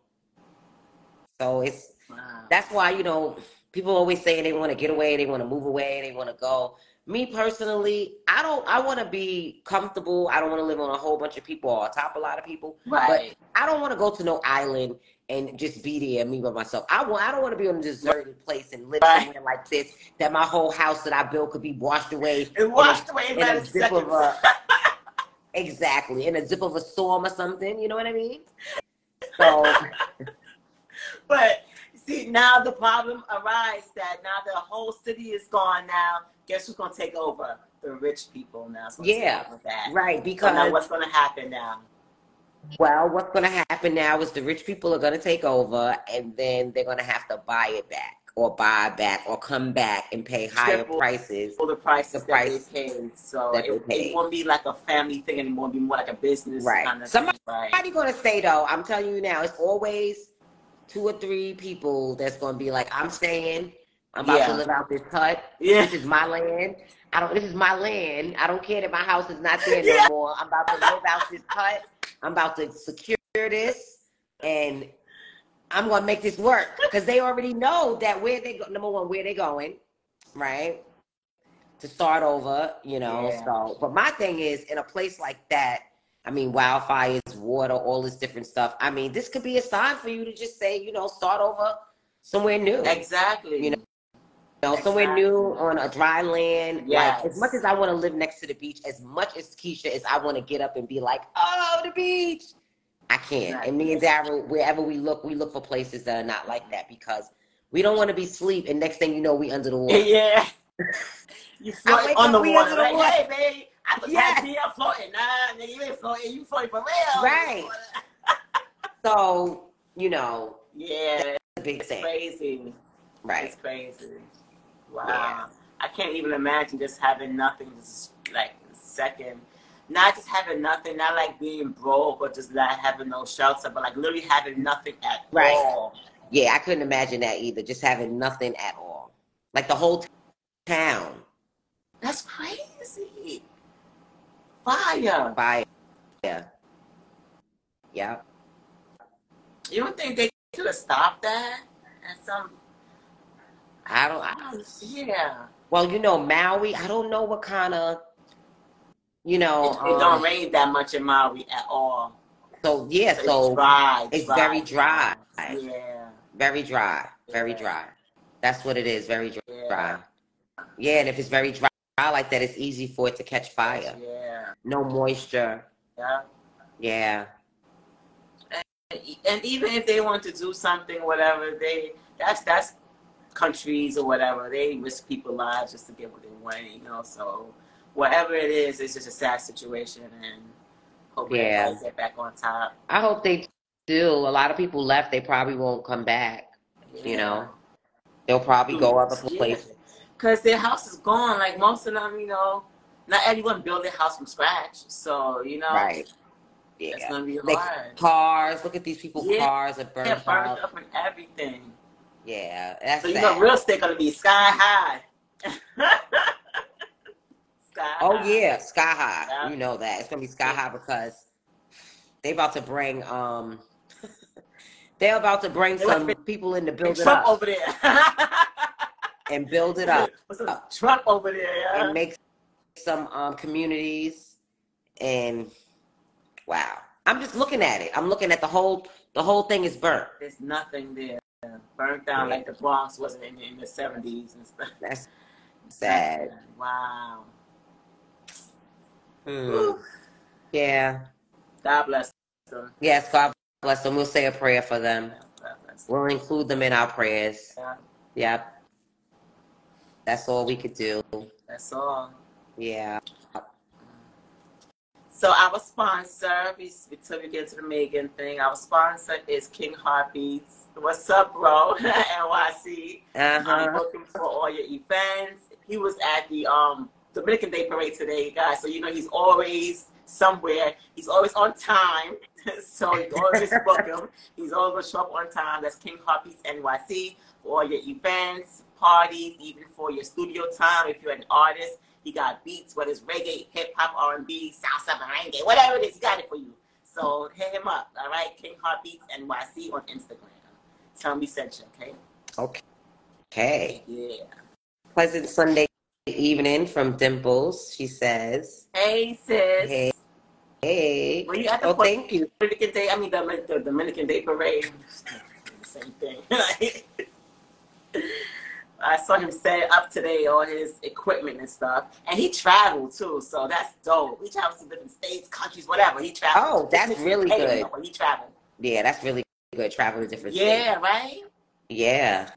Speaker 2: so it's
Speaker 1: Wow.
Speaker 2: that's why you know people always say they want to get away they want to move away they want to go me personally i don't i want to be comfortable i don't want to live on a whole bunch of people or atop a lot of people
Speaker 1: right.
Speaker 2: i don't want to go to no island and just be there me by myself i want i don't want to be on a deserted place and live
Speaker 1: Right.
Speaker 2: somewhere like this that my whole house that i built could be washed away
Speaker 1: it washed away
Speaker 2: in
Speaker 1: in
Speaker 2: a
Speaker 1: about a
Speaker 2: zip of
Speaker 1: second.
Speaker 2: a exactly in a zip of a storm or something you know what i mean so
Speaker 1: But see, now the problem arises that now the whole city is gone. Now, guess who's gonna take over? The rich people now. is gonna take
Speaker 2: Yeah.
Speaker 1: over that. So
Speaker 2: right
Speaker 1: now
Speaker 2: because
Speaker 1: what's gonna happen now?
Speaker 2: Well, what's going to happen now is the rich people are going to take over, and then they're going to have to buy it back, or buy back, or come back and pay higher
Speaker 1: Triple.
Speaker 2: prices.
Speaker 1: For the prices
Speaker 2: The price
Speaker 1: that they paid, so
Speaker 2: that
Speaker 1: it,
Speaker 2: they paid.
Speaker 1: it won't be like a family thing anymore. It'll be more like a business
Speaker 2: Right.
Speaker 1: kind of
Speaker 2: Somebody-
Speaker 1: thing. Right.
Speaker 2: Somebody going to say though, I'm telling you now, it's always two or three people that's going to be like, "I'm staying. I'm about
Speaker 1: Yeah.
Speaker 2: to live out this hut.
Speaker 1: Yeah.
Speaker 2: This is my land. I don't. This is my land. I don't care that my house is not there
Speaker 1: Yeah.
Speaker 2: no more. I'm about to live out this hut. I'm about to secure this, and I'm gonna make this work because they already know that where they go. Number one, where they going, right? To start over, you know.
Speaker 1: Yeah.
Speaker 2: So, but my thing is, in a place like that, I mean, wildfires, water, all this different stuff. I mean, this could be a sign for you to just say, you know, start over somewhere new.
Speaker 1: Exactly.
Speaker 2: You know, You know, somewhere
Speaker 1: Exactly.
Speaker 2: new on a dry land.
Speaker 1: Yes.
Speaker 2: Like as much as I want to live next to the beach, as much as Keisha as I want to get up and be like, oh, the beach. I can't. And me and Daryl, wherever we look, we look for places that are not like that because we don't want to be sleep and next thing you know, we under the water.
Speaker 1: Yeah. You float
Speaker 2: wake
Speaker 1: on
Speaker 2: up,
Speaker 1: the
Speaker 2: we
Speaker 1: water,
Speaker 2: under the
Speaker 1: like,
Speaker 2: water.
Speaker 1: hey, babe, I was
Speaker 2: Yes.
Speaker 1: happy I'm floating. Nah, nigga, you ain't floating. You floating for real.
Speaker 2: Right. So, you know,
Speaker 1: Yeah,
Speaker 2: the big
Speaker 1: it's
Speaker 2: thing.
Speaker 1: crazy.
Speaker 2: Right.
Speaker 1: It's crazy. Wow.
Speaker 2: Yeah.
Speaker 1: I can't even imagine just having nothing, just like a second. Not just having nothing, not like being broke or just not having no shelter, but like literally having nothing at
Speaker 2: Right.
Speaker 1: all.
Speaker 2: Yeah, I couldn't imagine that either. Just having nothing at all. Like the whole town
Speaker 1: That's crazy. Fire.
Speaker 2: fire. Yeah. Yeah.
Speaker 1: You don't think they could have stopped that? At some,
Speaker 2: I don't
Speaker 1: I
Speaker 2: I,
Speaker 1: don't, yeah.
Speaker 2: well, you know, Maui, I don't know what kind of you know,
Speaker 1: It, it don't
Speaker 2: um,
Speaker 1: rain that much in Maui at all.
Speaker 2: so yeah,
Speaker 1: It's
Speaker 2: so
Speaker 1: dry.
Speaker 2: it's
Speaker 1: dry.
Speaker 2: very dry.
Speaker 1: Yeah.
Speaker 2: very dry, very
Speaker 1: Yeah.
Speaker 2: dry. That's what it is, very dry.
Speaker 1: Yeah.
Speaker 2: Yeah, and if it's very dry like that, it's easy for it to catch fire.
Speaker 1: Yeah.
Speaker 2: No moisture.
Speaker 1: Yeah.
Speaker 2: Yeah,
Speaker 1: and even if they want to do something, whatever they that's that's countries or whatever they risk people lives just to get what they want, you know. So whatever it is, it's just a sad situation, and hope
Speaker 2: Yeah.
Speaker 1: everybody get back on top.
Speaker 2: I hope they do. A lot of people left. They probably won't come back. You know, they'll probably go other places.
Speaker 1: because their house is gone. Like most of them, you know, not everyone build their house from scratch, so you know,
Speaker 2: Right.
Speaker 1: it's
Speaker 2: Yeah.
Speaker 1: gonna be
Speaker 2: They-
Speaker 1: hard.
Speaker 2: Cars. Look at these people.
Speaker 1: Yeah.
Speaker 2: Cars are burnt
Speaker 1: They're burned
Speaker 2: up.
Speaker 1: up and everything.
Speaker 2: Yeah, that's
Speaker 1: So you know,
Speaker 2: sad.
Speaker 1: real estate gonna be sky high. sky
Speaker 2: Oh
Speaker 1: high.
Speaker 2: yeah, sky high.
Speaker 1: Yeah.
Speaker 2: You know that it's gonna be sky high because they about to bring um they're about to bring
Speaker 1: They want
Speaker 2: some
Speaker 1: to
Speaker 2: people in to
Speaker 1: Big
Speaker 2: build it
Speaker 1: Trump
Speaker 2: up
Speaker 1: over there.
Speaker 2: and build it up
Speaker 1: What's up, Trump over there?
Speaker 2: and
Speaker 1: Yeah.
Speaker 2: make some um communities and wow. I'm just looking at it. I'm looking at the whole the whole thing is burnt.
Speaker 1: There's nothing there. Burnt down like the Bronx wasn't in, in the 70s and stuff.
Speaker 2: That's sad.
Speaker 1: Wow.
Speaker 2: Hmm.
Speaker 1: Whew.
Speaker 2: Yeah.
Speaker 1: God bless them.
Speaker 2: Yes, God bless them. We'll say a prayer for them.
Speaker 1: God bless them.
Speaker 2: We'll include them in our prayers.
Speaker 1: Yeah,
Speaker 2: Yep. That's all we could do.
Speaker 1: that's all.
Speaker 2: Yeah.
Speaker 1: So our sponsor, we- until we get to the Megan thing, our sponsor is King Heartbeats. What's up, bro? NYC. I'm
Speaker 2: Uh-huh.
Speaker 1: looking for all your events. He was at the um Dominican Day Parade today, guys. So you know he's always somewhere. He's always on time. so you always book him. He's always show up on time. That's King Harpies NYC for all your events, parties, even for your studio time. If you're an artist, he got beats, whether it's reggae, hip hop, R and B, salsa, merengue, whatever it is, he got it for you. So hit him up, all right? King Heartbeats NYC on Instagram. Tell me sent you, okay?
Speaker 2: Okay. Okay.
Speaker 1: Yeah.
Speaker 2: Pleasant Sunday evening from Dimples. She says,
Speaker 1: Hey sis.
Speaker 2: Hey. Hey.
Speaker 1: Were you at the
Speaker 2: Oh,
Speaker 1: port-
Speaker 2: thank you.
Speaker 1: Dominican Day. I mean the, the Dominican Day Parade. Same thing. I saw him set up today all his equipment and stuff, and he traveled too. So that's dope. He travels to different states, countries, whatever. He traveled.
Speaker 2: Oh, that's really
Speaker 1: Hey,
Speaker 2: good.
Speaker 1: no, He traveled.
Speaker 2: Yeah, that's really good. Travel to different states.
Speaker 1: Yeah, right.
Speaker 2: Yeah.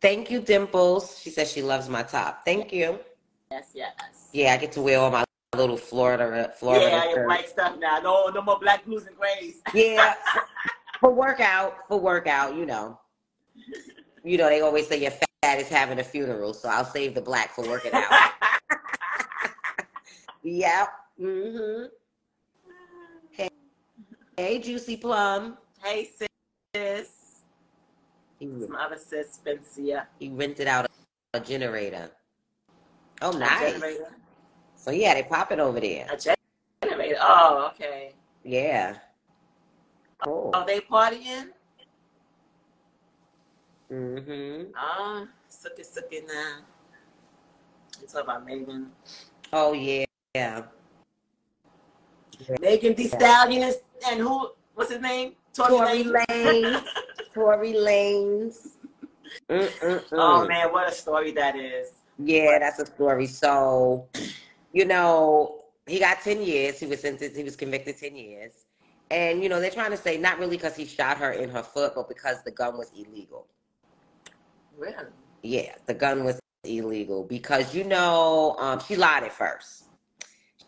Speaker 2: Thank you, Dimples. She says she loves my top. Thank you.
Speaker 1: Yes, yes.
Speaker 2: Yeah, I get to wear all my little Florida Florida
Speaker 1: Yeah,
Speaker 2: shirts.
Speaker 1: white stuff now. No, no more black blues and grays.
Speaker 2: Yeah. For, for workout, for workout, you know. You know, they always say your fat is having a funeral, so I'll save the black for working out. yep. Mm-hmm. Hey, Juicy Plum.
Speaker 1: hey sis,
Speaker 2: He,
Speaker 1: It's my other sis, Spencer.
Speaker 2: he rented out a, a generator. Oh,
Speaker 1: A
Speaker 2: nice.
Speaker 1: generator.
Speaker 2: So, yeah, they pop it over there.
Speaker 1: A generator. Oh, okay.
Speaker 2: Yeah. Cool.
Speaker 1: Are they partying?
Speaker 2: hmm
Speaker 1: Ah, suck it, suck it now. You talk about Megan.
Speaker 2: Oh, yeah. Yeah.
Speaker 1: Megan Thee Stallion is, and who? What's his name? Tory
Speaker 2: Tory
Speaker 1: Lanez.
Speaker 2: Lanes. Tory Lanes. Mm-mm-mm.
Speaker 1: Oh man, what a story that is.
Speaker 2: Yeah, that's a story. So, you know, he got 10 years. He was sentenced, he was convicted 10 years. And, you know, they're trying to say not really because he shot her in her foot, but because the gun was illegal.
Speaker 1: Really?
Speaker 2: Yeah, the gun was illegal because you know um, she lied at first.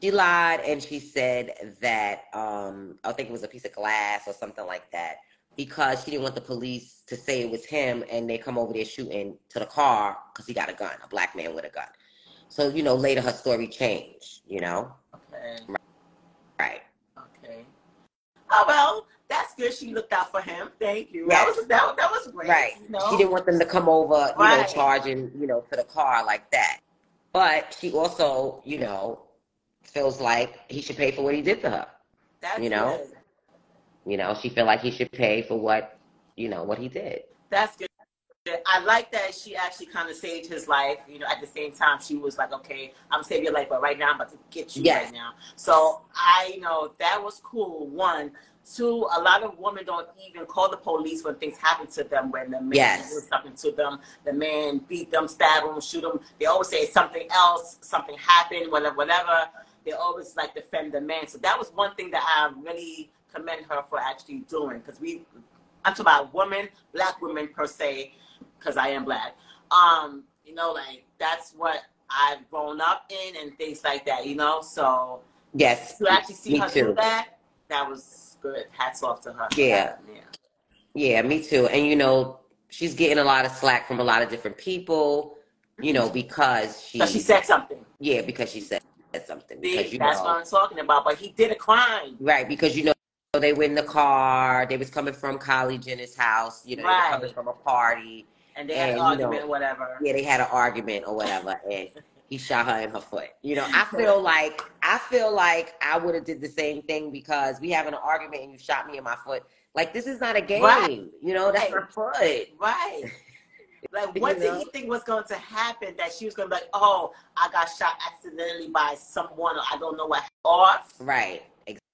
Speaker 2: She lied and she said that um, I think it was a piece of glass or something like that because she didn't want the police to say it was him and they come over there shooting to the car because he got a gun, a black man with a gun. So you know later her story changed. You know,
Speaker 1: Okay.
Speaker 2: right?
Speaker 1: Okay. Oh well, that's good. She looked out for him. Thank you.
Speaker 2: Yes.
Speaker 1: That was that, that was great.
Speaker 2: Right.
Speaker 1: You know?
Speaker 2: She didn't want them to come over, you know,
Speaker 1: Right.
Speaker 2: charging, you know, to the car like that. But she also, you know, feels like he should pay for what he did to her.
Speaker 1: That's
Speaker 2: you know?
Speaker 1: Good.
Speaker 2: You know, she feel like he should pay for what, you know, what he did.
Speaker 1: That's good. that I like that she actually kind of saved his life. You know, at the same time, she was like, "Okay, I'm saving your life, but right now I'm about to get you
Speaker 2: Yes.
Speaker 1: right now." So I you know that was cool. One, two. A lot of women don't even call the police when things happen to them. When the man
Speaker 2: Yes.
Speaker 1: does something to them, the man beat them, stab them, shoot them. They always say something else, something happened, whatever, whatever. They always like defend the man. So that was one thing that I really commend her for actually doing because we I'm talking about women, black women per se, because I am black. Um, you know, like that's what I've grown up in and things like that. You know, so
Speaker 2: Yes.
Speaker 1: to actually see
Speaker 2: Me
Speaker 1: her
Speaker 2: too.
Speaker 1: do that, that was good. Hats off to her. for
Speaker 2: Yeah.
Speaker 1: that, yeah.
Speaker 2: Yeah, me too. And you know, she's getting a lot of slack from a lot of different people, you know, because she,
Speaker 1: So she said something.
Speaker 2: yeah, because she said something.
Speaker 1: See,
Speaker 2: Because you
Speaker 1: that's
Speaker 2: know,
Speaker 1: what I'm talking about. But he did a crime.
Speaker 2: Right, because you know they were in the car. They was coming from college in his house. You know, they were coming
Speaker 1: Right.
Speaker 2: from a party.
Speaker 1: And they had an
Speaker 2: And, you
Speaker 1: argument,
Speaker 2: know,
Speaker 1: or whatever.
Speaker 2: Yeah, they had an argument or whatever, and he shot her in her foot. You know, I feel like I feel like I would have did the same thing because we having an argument and you shot me in my foot. Like this is not a game.
Speaker 1: Right.
Speaker 2: You know, that's her foot.
Speaker 1: Right. Like,
Speaker 2: You
Speaker 1: what did
Speaker 2: know?
Speaker 1: he think was going to happen? That she was going to be like, oh, I got shot accidentally by someone, or I don't know what. Off.
Speaker 2: Right.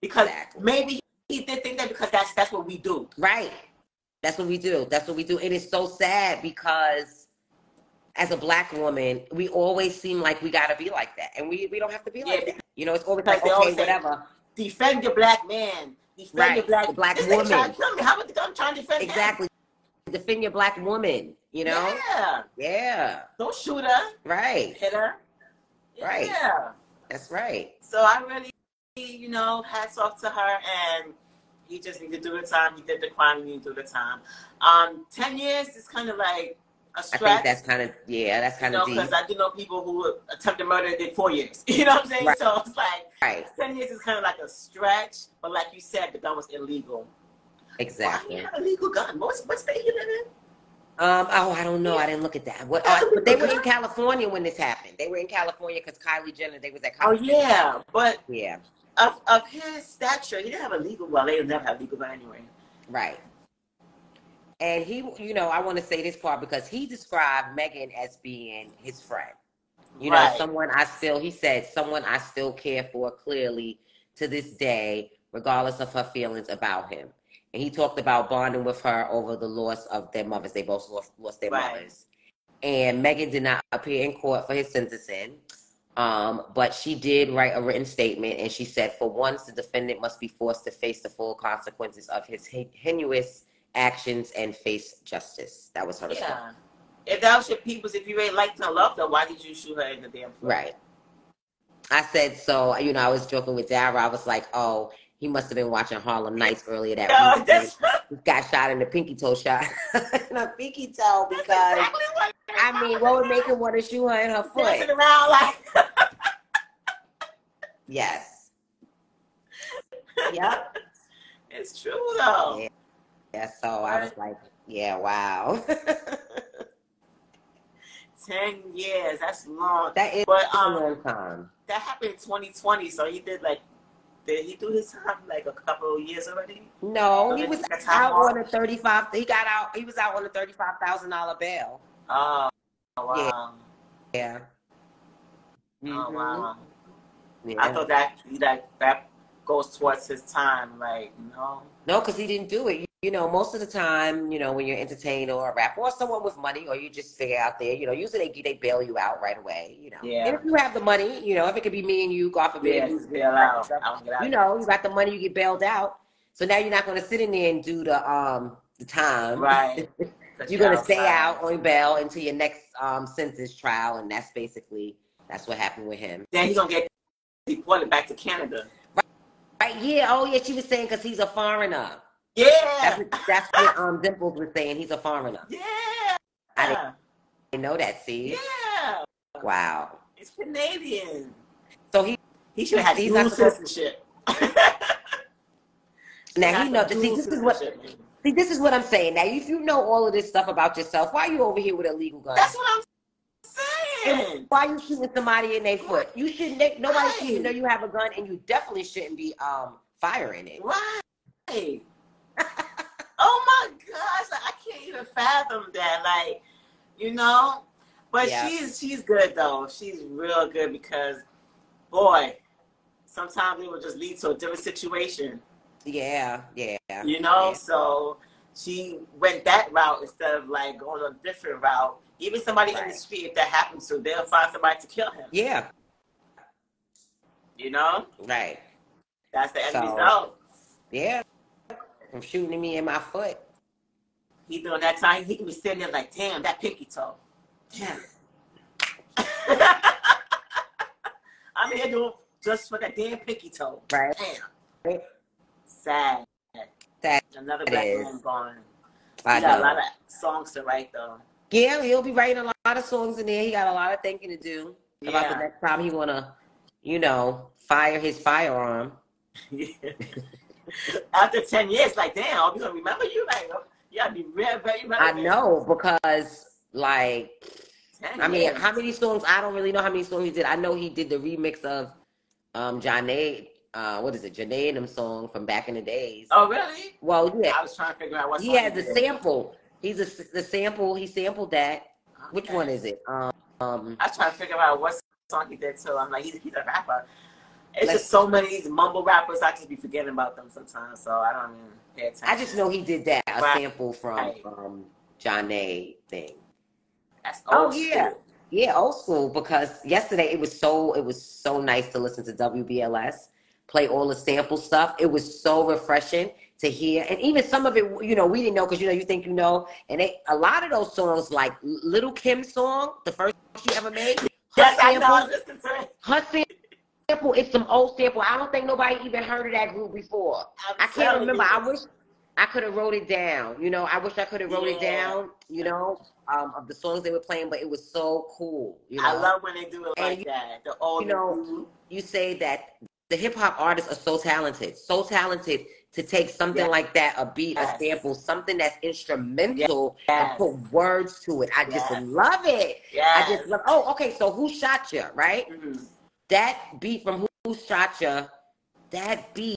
Speaker 1: because
Speaker 2: Exactly.
Speaker 1: maybe he did think that because that's that's what we do.
Speaker 2: Right. That's what we do. That's what we do. And it's so sad because as a black woman, we always seem like we gotta be like that. And we, we don't have to be like
Speaker 1: Yeah,
Speaker 2: that. You know, it's always
Speaker 1: because
Speaker 2: like,
Speaker 1: they
Speaker 2: okay,
Speaker 1: always say-
Speaker 2: whatever.
Speaker 1: Defend your black man. Defend
Speaker 2: Right.
Speaker 1: your black
Speaker 2: The black
Speaker 1: this nigga
Speaker 2: woman.
Speaker 1: trying to kill me. How about I'm trying to defend him?
Speaker 2: Exactly. Defend your black woman, you know?
Speaker 1: Yeah.
Speaker 2: Yeah.
Speaker 1: Don't shoot her.
Speaker 2: Right.
Speaker 1: Hit her.
Speaker 2: Right.
Speaker 1: Yeah.
Speaker 2: That's right.
Speaker 1: So I really, you know, hats off to her and. He just needed to do the time. He did the crime. He needed to do the time. Um, ten years is kind of like a
Speaker 2: I
Speaker 1: stretch.
Speaker 2: think that's kind of yeah, that's kind of
Speaker 1: you know, because
Speaker 2: deep.
Speaker 1: I do know people who attempted murder and did four years. You know what I'm saying?
Speaker 2: Right.
Speaker 1: So it's like
Speaker 2: Right.
Speaker 1: 10 years is kind of like a stretch, but like you said, the gun was illegal. Why
Speaker 2: Exactly.
Speaker 1: you have a legal gun? What's, what state you live in?
Speaker 2: Um, oh, I don't know. I didn't look at that. What?
Speaker 1: Yeah,
Speaker 2: Oh, but they were in
Speaker 1: because-
Speaker 2: California when this happened. They were in California because Kylie Jenner. They was at
Speaker 1: Oh,
Speaker 2: Kylie.
Speaker 1: yeah, but
Speaker 2: Yeah.
Speaker 1: of, of his stature, he didn't have a legal Well, they never have a legal gun anyway.
Speaker 2: Right. And he, you know, I want to say this part because he described Megan as being his friend. You know,
Speaker 1: Right.
Speaker 2: someone I still, he said, someone I still care for clearly to this day, regardless of her feelings about him. And he talked about bonding with her over the loss of their mothers. They both lost, lost their
Speaker 1: Right.
Speaker 2: mothers. And Megan did not appear in court for his sentencing. Um, but she did write a written statement and she said, for once, the defendant must be forced to face the full consequences of his he- heinous actions and face justice. That was her response.
Speaker 1: Yeah. If that was your people's, if you ain't liked her love, her, why did you shoot her in the damn foot?
Speaker 2: Right. I said so. You know, I was joking with Dara. I was like, "Oh, he must have been watching Harlem Nights earlier that
Speaker 1: No,
Speaker 2: week.
Speaker 1: that's,
Speaker 2: He got shot in the pinky toe shot, in her pinky toe
Speaker 1: that's
Speaker 2: because
Speaker 1: exactly what
Speaker 2: I mean, what would make him want to shoot her in her
Speaker 1: dancing
Speaker 2: foot?
Speaker 1: around like,
Speaker 2: Yes. Yep.
Speaker 1: it's true though.
Speaker 2: Yeah. Yeah. So I was like, "Yeah, wow,
Speaker 1: 10 years, that's long.
Speaker 2: that is
Speaker 1: But,
Speaker 2: a
Speaker 1: um,
Speaker 2: long time."
Speaker 1: that happened in 2020, so he did like, did he do his time like a couple of years already?
Speaker 2: No,
Speaker 1: So
Speaker 2: he
Speaker 1: they
Speaker 2: was
Speaker 1: took the time
Speaker 2: out
Speaker 1: off?
Speaker 2: on a thirty-five. He got out. He was out on a thirty-five thousand dollar bail.
Speaker 1: Oh, wow.
Speaker 2: Yeah.
Speaker 1: Oh, wow.
Speaker 2: Mhm.
Speaker 1: I
Speaker 2: Mm-hmm. Yeah.
Speaker 1: thought that, that that goes towards his time. Like, no.
Speaker 2: No, because he didn't do it. You, you know, most of the time, you know, when you're entertained or a rapper or someone with money, or you just figure out there, you know, usually they, they bail you out right away. You know,
Speaker 1: Yeah.
Speaker 2: and if you have the money, you know, if it could be me and you, God forbid,
Speaker 1: Yeah,
Speaker 2: you-
Speaker 1: he's bail out. I don't get out.
Speaker 2: you know, you got the money, you get bailed out. So now you're not going to sit in there and do the um the time.
Speaker 1: Right.
Speaker 2: You're going to stay out on bail until your next um sentence trial, and that's basically that's what happened with him.
Speaker 1: Then he's going to get deported back to Canada.
Speaker 2: Right? Yeah. Oh, yeah. She was saying because he's a foreigner. That's
Speaker 1: Yeah.
Speaker 2: what, that's what um Dimples was saying. He's a foreigner.
Speaker 1: Yeah.
Speaker 2: I didn't I know that. See.
Speaker 1: Yeah.
Speaker 2: Wow.
Speaker 1: It's Canadian.
Speaker 2: So he
Speaker 1: He should have had
Speaker 2: He's not
Speaker 1: dual
Speaker 2: supposed-
Speaker 1: citizenship.
Speaker 2: now he
Speaker 1: That's
Speaker 2: know
Speaker 1: some
Speaker 2: see
Speaker 1: dual
Speaker 2: this is what
Speaker 1: citizenship, man.
Speaker 2: see this is what I'm saying. Now if you know all of this stuff about yourself, why are you over here with a legal gun?
Speaker 1: That's what I'm saying.
Speaker 2: why you shooting somebody in their foot? You shouldn't. they- Nobody should even
Speaker 1: Right.
Speaker 2: know you have a gun, and you definitely shouldn't be um firing it.
Speaker 1: Right. oh my gosh, like, I can't even fathom that. Like, you know, but
Speaker 2: Yeah.
Speaker 1: she's she's good though. She's real good because, boy, sometimes it will just lead to a different situation.
Speaker 2: Yeah, yeah.
Speaker 1: You know,
Speaker 2: yeah.
Speaker 1: so she went that route instead of like going a different route. Even somebody in
Speaker 2: Right.
Speaker 1: the street, if that happens to, they'll find somebody to kill him.
Speaker 2: Yeah,
Speaker 1: You know,
Speaker 2: right.
Speaker 1: that's the end
Speaker 2: So-
Speaker 1: result.
Speaker 2: Yeah. From shooting me in my foot.
Speaker 1: He doing that time, he was sitting there like, damn, that pinky toe. Damn. I'm here doing just for that damn pinky toe.
Speaker 2: Right.
Speaker 1: Damn.
Speaker 2: Right.
Speaker 1: Sad.
Speaker 2: Sad
Speaker 1: Another
Speaker 2: it
Speaker 1: black
Speaker 2: is.
Speaker 1: man gone.
Speaker 2: I
Speaker 1: He got a
Speaker 2: know.
Speaker 1: lot of songs to write though.
Speaker 2: Yeah, he'll be writing a lot of songs in there. He got a lot of thinking to do about the
Speaker 1: Yeah.
Speaker 2: next time he wanna, you know, fire his firearm.
Speaker 1: After ten years, like damn, I'm gonna remember you. Like, oh, you gotta be real, very.
Speaker 2: I
Speaker 1: relevant.
Speaker 2: know because like
Speaker 1: 10
Speaker 2: I mean,
Speaker 1: years.
Speaker 2: how many songs? I don't really know how many songs he did. I know he did the remix of um Janae, uh, what is it, Janae and them song from back in the days.
Speaker 1: Oh really?
Speaker 2: Well, yeah,
Speaker 1: I was trying to figure out what.
Speaker 2: he
Speaker 1: song
Speaker 2: had the
Speaker 1: did.
Speaker 2: sample. He's a, the sample. He sampled that. Which
Speaker 1: Okay.
Speaker 2: one is it? Um, um,
Speaker 1: I was trying to figure out what song he did too. I'm like, he's, he's a rapper. It's
Speaker 2: Let's-
Speaker 1: just so many of these mumble rappers. I just be forgetting about them sometimes, so I don't even pay attention.
Speaker 2: I just know he did that. A
Speaker 1: Right.
Speaker 2: sample from
Speaker 1: Right.
Speaker 2: um Janae thing.
Speaker 1: That's
Speaker 2: Oh,
Speaker 1: old school.
Speaker 2: yeah. Yeah, old school because yesterday it was so it was so nice to listen to WBLS play all the sample stuff. It was so refreshing to hear, and even some of it, you know, we didn't know because you know you think you know, and they, a lot of those songs, like Little Kim's song, the first she ever made, her
Speaker 1: Yes, I know. I was
Speaker 2: sample,
Speaker 1: listening to it.
Speaker 2: her sample, it's some old sample. I don't think nobody even heard of that group before.
Speaker 1: I'm
Speaker 2: I can't
Speaker 1: telling
Speaker 2: remember.
Speaker 1: you.
Speaker 2: I wish I could have wrote it down. You know, I wish I could have wrote it
Speaker 1: Yeah.
Speaker 2: down. You know, um, of the songs they were playing, but it was so cool. You know,
Speaker 1: I love when they do it
Speaker 2: And
Speaker 1: like
Speaker 2: you-
Speaker 1: that. Mm-hmm. The old,
Speaker 2: you know, you say that the hip hop artists are so talented, so talented to take something
Speaker 1: Yes.
Speaker 2: like that, a beat,
Speaker 1: Yes.
Speaker 2: a sample, something that's instrumental,
Speaker 1: Yes.
Speaker 2: and put words to it. I just
Speaker 1: Yes.
Speaker 2: love it.
Speaker 1: yes.
Speaker 2: I just love. Oh, okay. So who shot you? Right
Speaker 1: Mhm.
Speaker 2: that beat from Who, Who Shot Ya, that beat,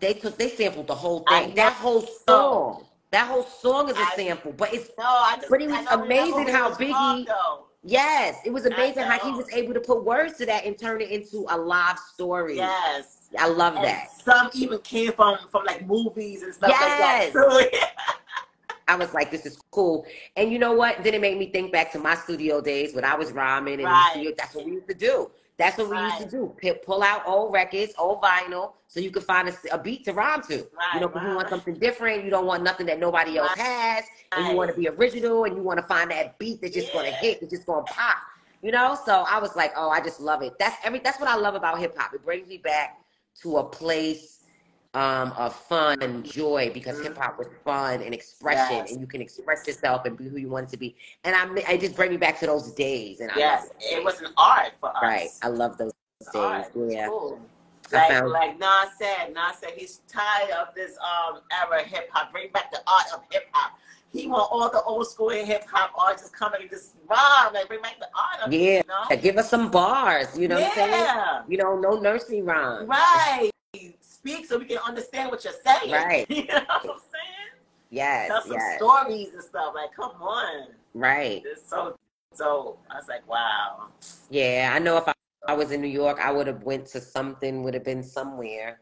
Speaker 2: they took, they sampled the whole
Speaker 1: I
Speaker 2: thing. that whole song, that whole song is a
Speaker 1: I-
Speaker 2: sample. But it's
Speaker 1: No, I just.
Speaker 2: But it
Speaker 1: I
Speaker 2: was
Speaker 1: don't remember
Speaker 2: amazing
Speaker 1: who
Speaker 2: how
Speaker 1: was wrong,
Speaker 2: Biggie-
Speaker 1: though.
Speaker 2: yes, it was amazing how he
Speaker 1: know.
Speaker 2: was able to put words to that and turn it into a live story.
Speaker 1: Yes.
Speaker 2: I love
Speaker 1: And
Speaker 2: that.
Speaker 1: some even came from from like movies and stuff
Speaker 2: Yes.
Speaker 1: like that.
Speaker 2: I was like, this is cool. And you know what? Then it made me think back to my studio days when I was rhyming and
Speaker 1: Right.
Speaker 2: studio, that's what we used to do. That's what we used
Speaker 1: Right.
Speaker 2: to do. P- pull out old records, old vinyl, so you could find a, s- a beat to rhyme to. you
Speaker 1: Right,
Speaker 2: know, 'cause you
Speaker 1: right.
Speaker 2: want something different. You don't want nothing that nobody else
Speaker 1: Right.
Speaker 2: has. And you want to be original and you want to find that beat that's just going
Speaker 1: Yeah.
Speaker 2: to hit, that's just going to pop. You know? So I was like, oh, I just love it. That's every. That's what I love about hip hop. It brings me back to a place um, of fun and joy because hip hop was fun and expression,
Speaker 1: Mm-hmm. Yes.
Speaker 2: and you can express yourself and be who you wanted to be. And I, mi- I just bring me back to those days, and I
Speaker 1: yes,
Speaker 2: love it.
Speaker 1: it was an art for us.
Speaker 2: right. I love those
Speaker 1: It was
Speaker 2: days.
Speaker 1: art. It was
Speaker 2: Yeah,
Speaker 1: cool.
Speaker 2: I
Speaker 1: Like,
Speaker 2: found-
Speaker 1: like Nas said, Nas said he's tired of this um era of hip hop. Bring back the art of hip hop. He want all the old school hip hop artists coming and just rhyme. Like bring back the art of it,
Speaker 2: yeah.
Speaker 1: you know?
Speaker 2: Give us some bars. You know what I'm saying?
Speaker 1: yeah.
Speaker 2: You know, no nursery rhymes.
Speaker 1: Right. Speak so we can understand what you're saying.
Speaker 2: Right.
Speaker 1: You know what I'm saying?
Speaker 2: Yes,
Speaker 1: Tell some
Speaker 2: yes.
Speaker 1: stories and stuff. Like, come on.
Speaker 2: Right.
Speaker 1: It's so dope. I was like, wow.
Speaker 2: Yeah, I know. If I, I was in New York, I would have went to something. Would have been somewhere.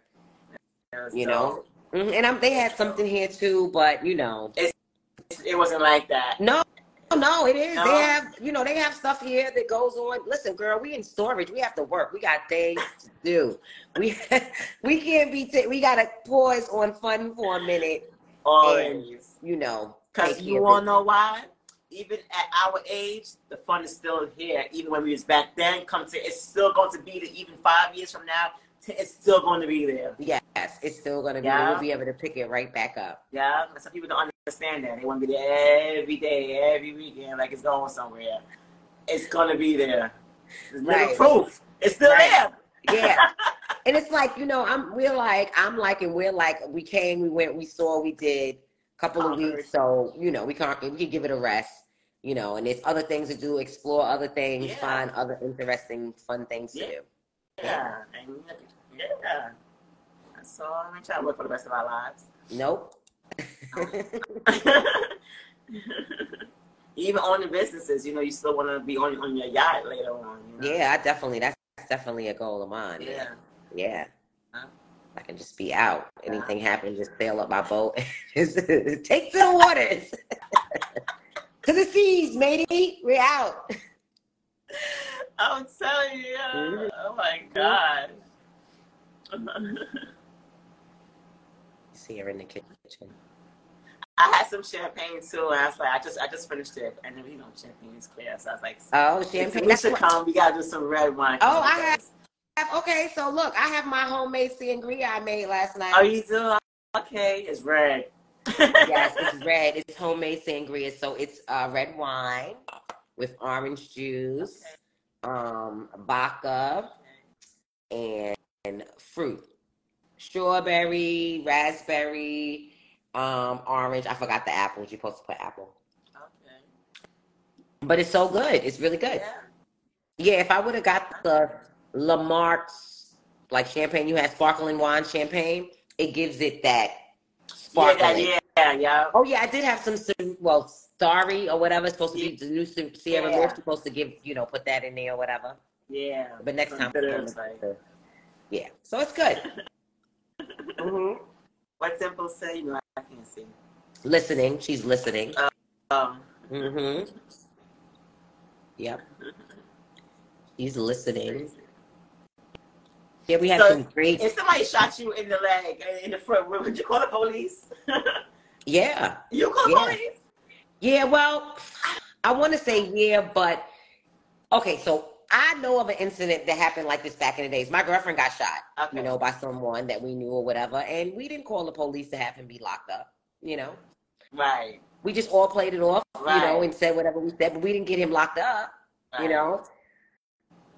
Speaker 1: It was
Speaker 2: You
Speaker 1: so-
Speaker 2: know? hmm And I'm, they had something here too, but you know.
Speaker 1: it wasn't like that.
Speaker 2: No, no, it is.
Speaker 1: No?
Speaker 2: They have, you know, they have stuff here that goes on. Listen, girl, we in storage. We have to work. We got things to do. We we can't be. T- we gotta pause on fun for a minute.
Speaker 1: Always.
Speaker 2: You know,
Speaker 1: Because
Speaker 2: take
Speaker 1: you
Speaker 2: care of
Speaker 1: all
Speaker 2: business.
Speaker 1: know why? Even at our age, the fun is still here. Even when we was back then, come to it's still going to be there. Even five years from now, t- it's still going to be there.
Speaker 2: Yes, it's still gonna be.
Speaker 1: Yeah.
Speaker 2: We'll be able to pick it right back up.
Speaker 1: Yeah, and some people don't understand that. They want to be there every day, every weekend, like it's going somewhere. It's gonna be there. There's little
Speaker 2: Right.
Speaker 1: proof. It's still
Speaker 2: Right.
Speaker 1: there.
Speaker 2: Yeah. And it's like you know, I'm we're like I'm like and we're like we came, we went, we saw, we did a couple of
Speaker 1: Conquered.
Speaker 2: weeks. So you know, we conquered. We could give it a rest, you know. And there's other things to do, explore other things,
Speaker 1: Yeah.
Speaker 2: find other interesting, fun things
Speaker 1: Yeah.
Speaker 2: to do.
Speaker 1: Yeah, and Oh, yeah. That's all I'm trying to work for the rest of our lives.
Speaker 2: Nope.
Speaker 1: Even owning businesses, you know, you still want to be on on your yacht later on. You know?
Speaker 2: yeah, I definitely that's definitely a goal of mine.
Speaker 1: Yeah.
Speaker 2: Yeah.
Speaker 1: Huh?
Speaker 2: I can just be out. Anything happens, just sail up my boat. Just Take to the waters. to the seas, matey. We're out.
Speaker 1: I'm telling you.
Speaker 2: Mhm.
Speaker 1: Oh my god.
Speaker 2: Mm-hmm. See her in the kitchen.
Speaker 1: I had some champagne too, and I was like, I just I just finished it, and then you know champagne is clear, so I was like,
Speaker 2: Oh,
Speaker 1: if
Speaker 2: champagne.
Speaker 1: you
Speaker 2: That's
Speaker 1: should
Speaker 2: what,
Speaker 1: come, we gotta do some red wine.
Speaker 2: Oh, I had- have- okay, so look, I have my homemade sangria I made last night.
Speaker 1: Oh, you do? Okay, it's red.
Speaker 2: yes, it's red. It's homemade sangria, so it's uh, red wine with orange juice, um, baca, and, and fruit, strawberry, raspberry, um, orange. I forgot the apple. You're supposed to put apple,
Speaker 1: Okay.
Speaker 2: but it's so good. It's really good.
Speaker 1: Yeah.
Speaker 2: Yeah, if I would have got the Lamarck's like champagne, you had sparkling wine champagne. It gives it that
Speaker 1: Yeah,
Speaker 2: sparkling.
Speaker 1: yeah, yeah, yeah, yeah.
Speaker 2: Oh yeah, I did have some. Cer- Well, Starry or whatever is supposed to be the new Cer- Sierra
Speaker 1: Yeah.
Speaker 2: Leone supposed to give you know put that in there or whatever.
Speaker 1: yeah.
Speaker 2: But next
Speaker 1: Some
Speaker 2: time,
Speaker 1: bitters, like-
Speaker 2: yeah. So it's good. hmm
Speaker 1: Mm-hmm. What Temple say? You know, I can't see.
Speaker 2: Listening, she's listening.
Speaker 1: Um,
Speaker 2: hmm Yep, she's listening. Yeah, we had
Speaker 1: So-
Speaker 2: some great.
Speaker 1: if somebody shot you in the leg, uh, in the front, would would you call the police?
Speaker 2: Yeah,
Speaker 1: you call the
Speaker 2: Yeah.
Speaker 1: police?
Speaker 2: yeah. Well, I want to say yeah, but okay. So I know of an incident that happened like this back in the days. My girlfriend got shot.
Speaker 1: Okay.
Speaker 2: you know, by someone that we knew or whatever. And we didn't call the police to have him be locked up, you know.
Speaker 1: right.
Speaker 2: We just all played it off,
Speaker 1: Right.
Speaker 2: you know, and said whatever we said, but we didn't get him locked up,
Speaker 1: right.
Speaker 2: you know.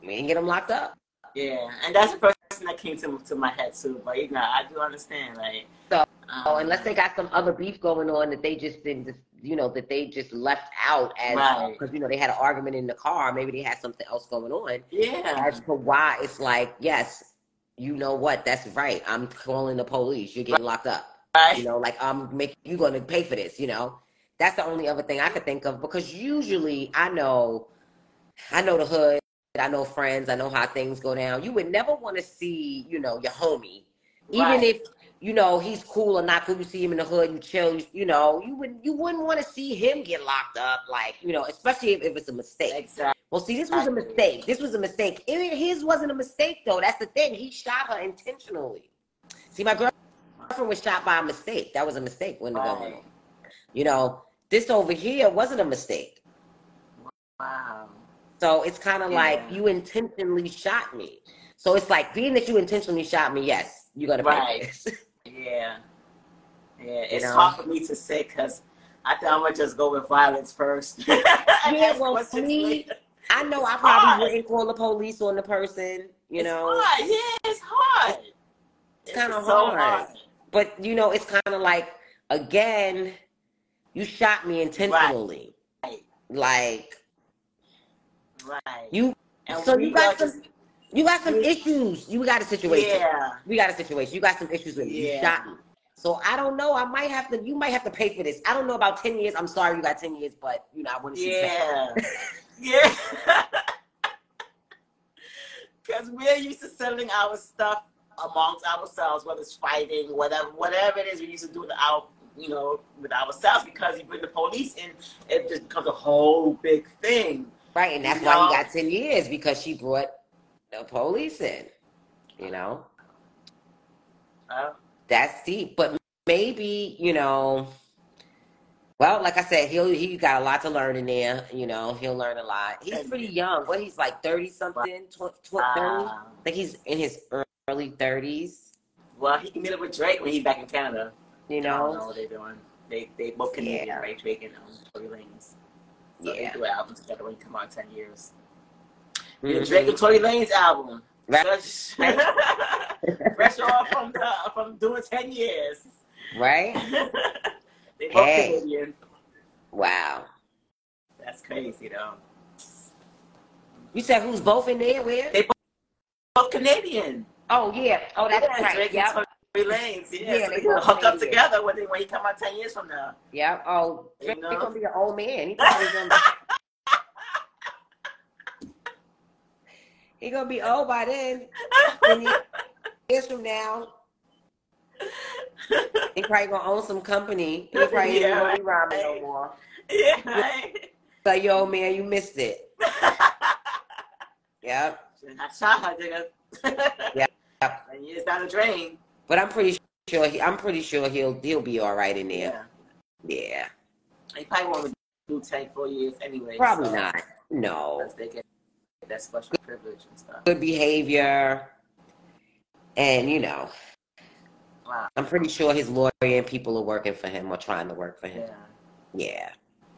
Speaker 2: We didn't get him locked up.
Speaker 1: Yeah, and that's the person that came to to my head too. But you know, I do understand. Like,
Speaker 2: So-
Speaker 1: um,
Speaker 2: Oh, unless they got some other beef going on that they just didn't, just, you know, that they just left out as,
Speaker 1: Right.
Speaker 2: because, you know, they had an argument in the car. Maybe they had something else going on.
Speaker 1: yeah,
Speaker 2: As to why it's like, yes, you know what? That's right. I'm calling the police. You're getting locked up.
Speaker 1: right,
Speaker 2: you know like i'm make you gonna pay for this you know that's the only other thing i could think of because usually i know i know the hood i know friends i know how things go down you would never want to see you know your homie even
Speaker 1: Right.
Speaker 2: if you know he's cool or not cool you see him in the hood you chill you, you know you wouldn't you wouldn't want to see him get locked up like you know especially if, if it's a mistake
Speaker 1: exactly.
Speaker 2: well see this was a
Speaker 1: Exactly.
Speaker 2: mistake this was a mistake It- his wasn't a mistake though that's the thing he shot her intentionally see my girl girlfriend was shot by a mistake. That was a mistake when the
Speaker 1: Right.
Speaker 2: government. You know, this over here wasn't a mistake.
Speaker 1: Wow.
Speaker 2: So it's kind of
Speaker 1: Yeah.
Speaker 2: like you intentionally shot me. So it's like being that you intentionally shot me. Yes, you got to pay
Speaker 1: Right.
Speaker 2: for this.
Speaker 1: Yeah, yeah. It's
Speaker 2: know?
Speaker 1: hard for me to say because I think I'm gonna just go with violence first. And ask
Speaker 2: well,
Speaker 1: questions
Speaker 2: for me,
Speaker 1: later.
Speaker 2: I know I
Speaker 1: It's
Speaker 2: probably
Speaker 1: hard.
Speaker 2: wouldn't call the police on the person. You
Speaker 1: it's
Speaker 2: know,
Speaker 1: hard. yeah, it's hard. It's
Speaker 2: kinda
Speaker 1: so
Speaker 2: hard. but you know, it's kind of like again, you shot me intentionally.
Speaker 1: Right.
Speaker 2: Like
Speaker 1: Right.
Speaker 2: you,
Speaker 1: and
Speaker 2: so
Speaker 1: we
Speaker 2: you got
Speaker 1: are
Speaker 2: some, you got some
Speaker 1: we-
Speaker 2: issues. You got a situation.
Speaker 1: Yeah.
Speaker 2: we got a situation. You got some issues with me. You
Speaker 1: Yeah.
Speaker 2: shot me. So I don't know. I might have to. You might have to pay for this. I don't know about ten years. I'm sorry, you got ten years, but you know I want to see. something.
Speaker 1: Yeah. yeah. Because we're used to settling our stuff amongst ourselves, whether it's fighting, whatever, whatever it is, we used to do with our, you know, with ourselves. Because you bring the police in, it just becomes a whole big thing.
Speaker 2: Right, and that's
Speaker 1: No.
Speaker 2: why he got ten years because she brought the police in. You know,
Speaker 1: Uh,
Speaker 2: that's deep. But maybe you know. Well, like I said, he'll he got a lot to learn in there. You know, he'll learn a lot. He's pretty young. What he's like thirty something, tw- tw- thirty.
Speaker 1: uh,
Speaker 2: I think he's in his early thirties.
Speaker 1: well, he can meet up with Drake when he's back in Canada.
Speaker 2: You
Speaker 1: I don't know
Speaker 2: know,
Speaker 1: what they're doing. They they both Canadian,
Speaker 2: Yeah.
Speaker 1: right? Drake and um, Tory Lanez. So
Speaker 2: Yeah.
Speaker 1: they do an album together when they come out in ten years.
Speaker 2: Mm-hmm.
Speaker 1: The Drake and Tory Lanez album.
Speaker 2: Right.
Speaker 1: Fresh, fresh off from the, from doing ten years.
Speaker 2: right?
Speaker 1: they both
Speaker 2: Hey.
Speaker 1: Canadian.
Speaker 2: Wow.
Speaker 1: That's crazy though.
Speaker 2: You said who's both in there? Where?
Speaker 1: They- Both Canadian.
Speaker 2: Oh yeah. Oh, that's
Speaker 1: Yeah,
Speaker 2: right.
Speaker 1: Drake
Speaker 2: Yep.
Speaker 1: and Three lanes, yes.
Speaker 2: Yeah,
Speaker 1: so
Speaker 2: they
Speaker 1: they
Speaker 2: go
Speaker 1: gonna hook up
Speaker 2: crazy.
Speaker 1: together when, they, when he come out 10 years from now.
Speaker 2: Yeah. Oh,
Speaker 1: You
Speaker 2: Drake's
Speaker 1: know?
Speaker 2: gonna be an old man. He probably gonna be- he gonna be old by then. Ten years from now, he probably gonna own some company. He probably
Speaker 1: Yeah,
Speaker 2: ain't gonna be rhyming no
Speaker 1: right.
Speaker 2: more.
Speaker 1: yeah, right?
Speaker 2: But yo, old man, you missed it. Yep.
Speaker 1: I shot her, nigga.
Speaker 2: Yeah, yeah.
Speaker 1: 10 years down the drain.
Speaker 2: But I'm pretty sure. He, I'm pretty sure he'll he'll be all right in there. Yeah.
Speaker 1: They probably won't do 10, 4 years anyway.
Speaker 2: Probably
Speaker 1: so,
Speaker 2: not. No.
Speaker 1: Because they get that special privilege and stuff.
Speaker 2: Good behavior. And you know,
Speaker 1: Wow.
Speaker 2: I'm pretty sure his lawyer and people are working for him or trying to work for him.
Speaker 1: Yeah.
Speaker 2: Yeah.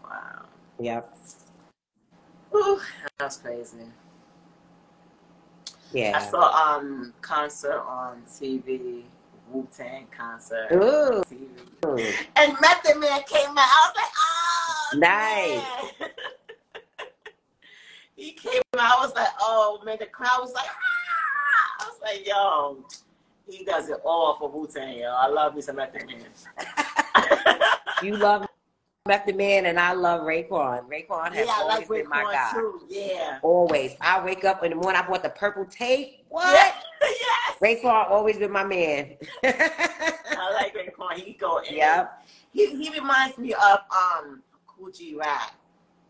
Speaker 1: Wow.
Speaker 2: Yep.
Speaker 1: Whew, that's crazy.
Speaker 2: Yeah.
Speaker 1: I saw um concert on TV, Wu Tang concert.
Speaker 2: Ooh.
Speaker 1: on TV. And Method Man came out. I was like, oh,
Speaker 2: Nice.
Speaker 1: man. he came out. I was like, oh man, the crowd was like, ah. I was like, yo, he does it all for Wu Tang, yo. I love me some Method Man.
Speaker 2: You love Method Man and I love Raekwon. Raekwon has
Speaker 1: yeah, I
Speaker 2: always
Speaker 1: like
Speaker 2: been my
Speaker 1: Raekwon,
Speaker 2: guy.
Speaker 1: too. Yeah.
Speaker 2: Always. I wake up in the morning, I bought the purple tape. What?
Speaker 1: Yeah. yes.
Speaker 2: Raekwon always been my man.
Speaker 1: I like Raekwon. He go in.
Speaker 2: Yep.
Speaker 1: He he reminds me of um Coogee Rap.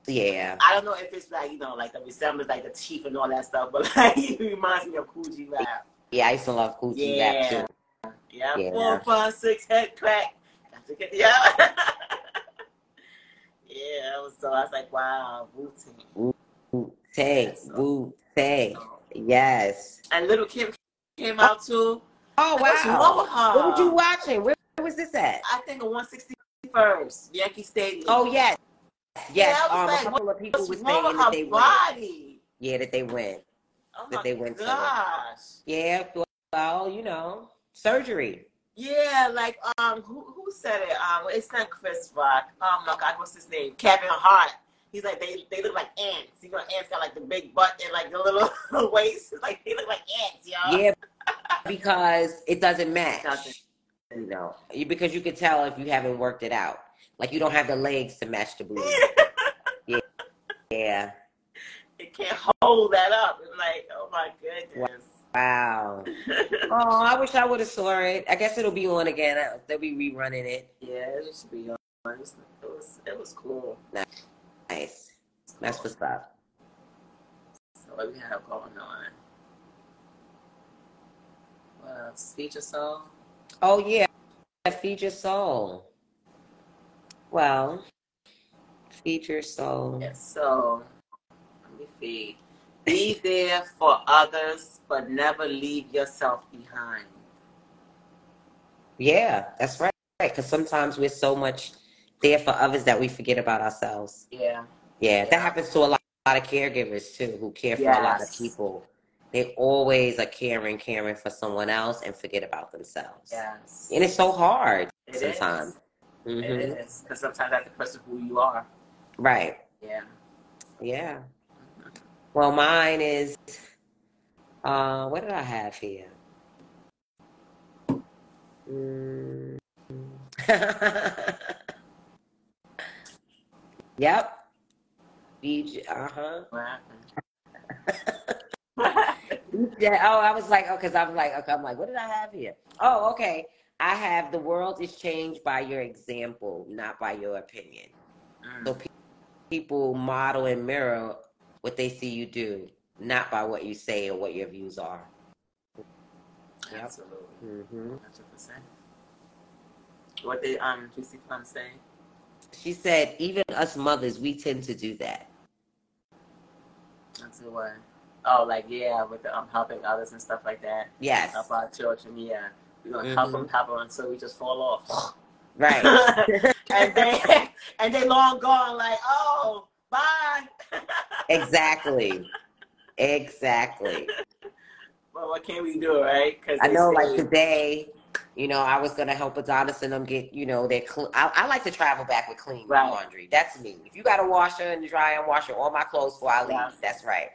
Speaker 2: yeah.
Speaker 1: I don't know if it's like you know like the resemblance like the teeth and all that stuff, but like he reminds me of Coogee Rap.
Speaker 2: Yeah, I used to love Gucci
Speaker 1: Yeah.
Speaker 2: rap too.
Speaker 1: Yeah.
Speaker 2: Yeah.
Speaker 1: Four, five, six, head crack. Yeah. yeah. So I was like, wow, Wu
Speaker 2: Wu Tang. Wu Tang. Yes.
Speaker 1: And Little Kim came out too.
Speaker 2: Oh
Speaker 1: What's wrong
Speaker 2: wow.
Speaker 1: with her?
Speaker 2: What were you watching? Where, where was this at?
Speaker 1: I think on 161st, Yankee Stadium.
Speaker 2: Oh yes. Yes.
Speaker 1: Yeah, I was
Speaker 2: um,
Speaker 1: like,
Speaker 2: a couple of people
Speaker 1: what's
Speaker 2: were
Speaker 1: wrong
Speaker 2: saying
Speaker 1: with
Speaker 2: that
Speaker 1: her
Speaker 2: they went.
Speaker 1: body?
Speaker 2: Yeah, that they went.
Speaker 1: Oh
Speaker 2: That
Speaker 1: my
Speaker 2: they went to it.
Speaker 1: gosh.
Speaker 2: Yeah, well, you know, surgery.
Speaker 1: Yeah, like um, who who said it? Um, it's not Chris Rock. Oh my God, what's his name? Kevin Hart. He's like they they look like ants. You know, ants got like the big butt and like the little waist. Like they look like ants, y'all.
Speaker 2: Yeah, because it doesn't match.
Speaker 1: Uh. Doesn't.
Speaker 2: You know, you- because you could tell if you haven't worked it out. Like you don't have the legs to match the booty. Yeah.
Speaker 1: it can't hold that up. It's like, oh my goodness.
Speaker 2: Wow. Oh, I wish I would have saw it. I guess it'll be on again. Uh, They'll be rerunning it.
Speaker 1: yeah, it should be on. It was it was, it was cool.
Speaker 2: Nice. That's what's up.
Speaker 1: So what we have going on? What else? Speech or song?
Speaker 2: Oh yeah. Feed your soul. Well, feed your soul.
Speaker 1: Yes, so let me see. Be there for others, but never leave yourself behind.
Speaker 2: Yeah, that's right. Because sometimes we're so much there for others that we forget about ourselves.
Speaker 1: Yeah.
Speaker 2: Yeah,
Speaker 1: Yeah.
Speaker 2: that happens to a lot, a lot of caregivers too, who care for a lot of
Speaker 1: Yes.
Speaker 2: people. They always are caring, caring for someone else and forget about themselves.
Speaker 1: Yes.
Speaker 2: And it's so hard
Speaker 1: It is.
Speaker 2: sometimes.
Speaker 1: It
Speaker 2: Mhm.
Speaker 1: is. Because sometimes that's the person who you are.
Speaker 2: Right.
Speaker 1: Yeah.
Speaker 2: Yeah. Well, mine is. Uh, what did I have here? Mm. yep. BJ. Uh huh.
Speaker 1: What Mm, happened?
Speaker 2: Yeah. Oh, I was like, oh, because I'm like, okay, I'm like, what did I have here? Oh, okay. I have the world is changed by your example, not by your opinion.
Speaker 1: Mm.
Speaker 2: So pe- people model and mirror what they see you do, not by what you say or what your views are. Yep.
Speaker 1: Absolutely.
Speaker 2: hmm
Speaker 1: Mm-hmm. 100%. What did um, Juicy Plum say?
Speaker 2: She said, even us mothers, we tend to do that.
Speaker 1: Until what? Oh, like, yeah, with the, um, helping others and stuff like that.
Speaker 2: Yes.
Speaker 1: Help our children, yeah. We're going to help them, help them until we just fall off.
Speaker 2: Right.
Speaker 1: and they and they long gone like oh bye
Speaker 2: exactly. Exactly.
Speaker 1: well what can we do right because
Speaker 2: I know, like today, you know, I was gonna help Adonis and them get, you know, their clean. I, I like to travel back with clean
Speaker 1: Right.
Speaker 2: laundry. That's me. If you got a washer and dryer and washer all my clothes before I leave,
Speaker 1: Yeah.
Speaker 2: that's right.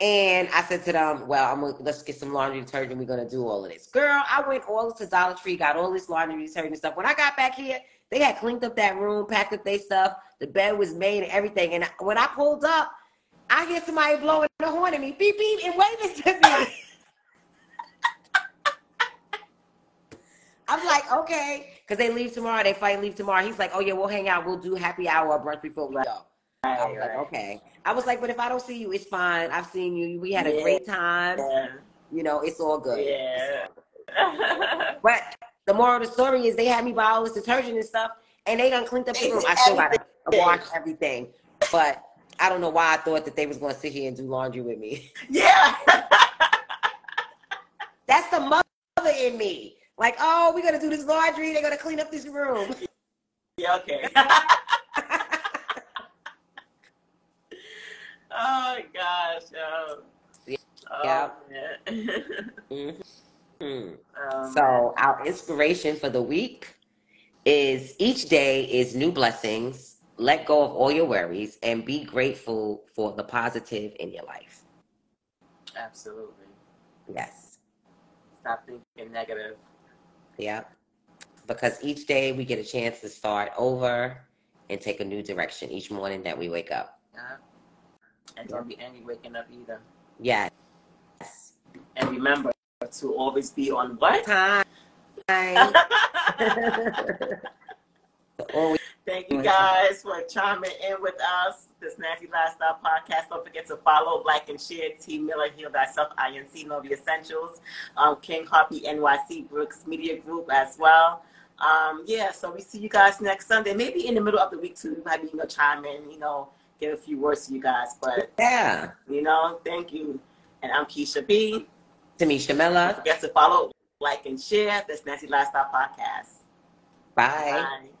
Speaker 2: And I said to them, "Well, I'm gonna, let's get some laundry detergent. We're gonna do all of this." Girl, I went all to Dollar Tree, got all this laundry detergent stuff. When I got back here, they had cleaned up that room, packed up their stuff. The bed was made and everything. And when I pulled up, I hear somebody blowing the horn at me, beep beep, and waving to me. I'm like, okay, because they leave tomorrow. They fight, leave tomorrow. He's like, oh yeah, we'll hang out. We'll do happy hour or brunch before we go. I was
Speaker 1: Right,
Speaker 2: like,
Speaker 1: right.
Speaker 2: okay. I was like, but if I don't see you, it's fine. I've seen you. We had a
Speaker 1: Yeah.
Speaker 2: great time.
Speaker 1: Yeah.
Speaker 2: You know, it's all good.
Speaker 1: Yeah.
Speaker 2: But the moral of the story is they had me buy all this detergent and stuff, and they done cleaned up the
Speaker 1: They
Speaker 2: room.
Speaker 1: did
Speaker 2: I still got to wash everything, but I don't know why I thought that they was going to sit here and do laundry with me.
Speaker 1: yeah.
Speaker 2: That's the mother in me. Like, oh, we're gonna do this laundry. They're gonna clean up this room.
Speaker 1: yeah. Okay. oh gosh. Oh.
Speaker 2: Yeah.
Speaker 1: Oh, man. Mm-hmm.
Speaker 2: Mhm.
Speaker 1: Um,
Speaker 2: So our inspiration for the week is each day is new blessings. Let go of all your worries and be grateful for the positive in your life.
Speaker 1: absolutely.
Speaker 2: Yes.
Speaker 1: Stop thinking negative.
Speaker 2: Yep. Because each day we get a chance to start over and take a new direction each morning that we wake up.
Speaker 1: Yeah. And don't be angry waking up either.
Speaker 2: Yes.
Speaker 1: And remember to always be on what?
Speaker 2: Time. Time. Always
Speaker 1: Thank you guys for chiming in with us. This Nancy Lifestyle Podcast. Don't forget to follow, like, and share T Miller, Heal Thyself, INC, Know the Essentials, um, King Harpy, NYC, Brooks Media Group as well. Um, yeah, so we see you guys next Sunday. Maybe in the middle of the week, too. We might be, you know, chime in, you know, give a few words to you guys. But,
Speaker 2: yeah.
Speaker 1: you know, thank you. And I'm Keisha B.
Speaker 2: Tamisha
Speaker 1: Don't
Speaker 2: Miller.
Speaker 1: forget to follow, like, and share this Nancy Lifestyle Podcast.
Speaker 2: Bye.
Speaker 1: Bye.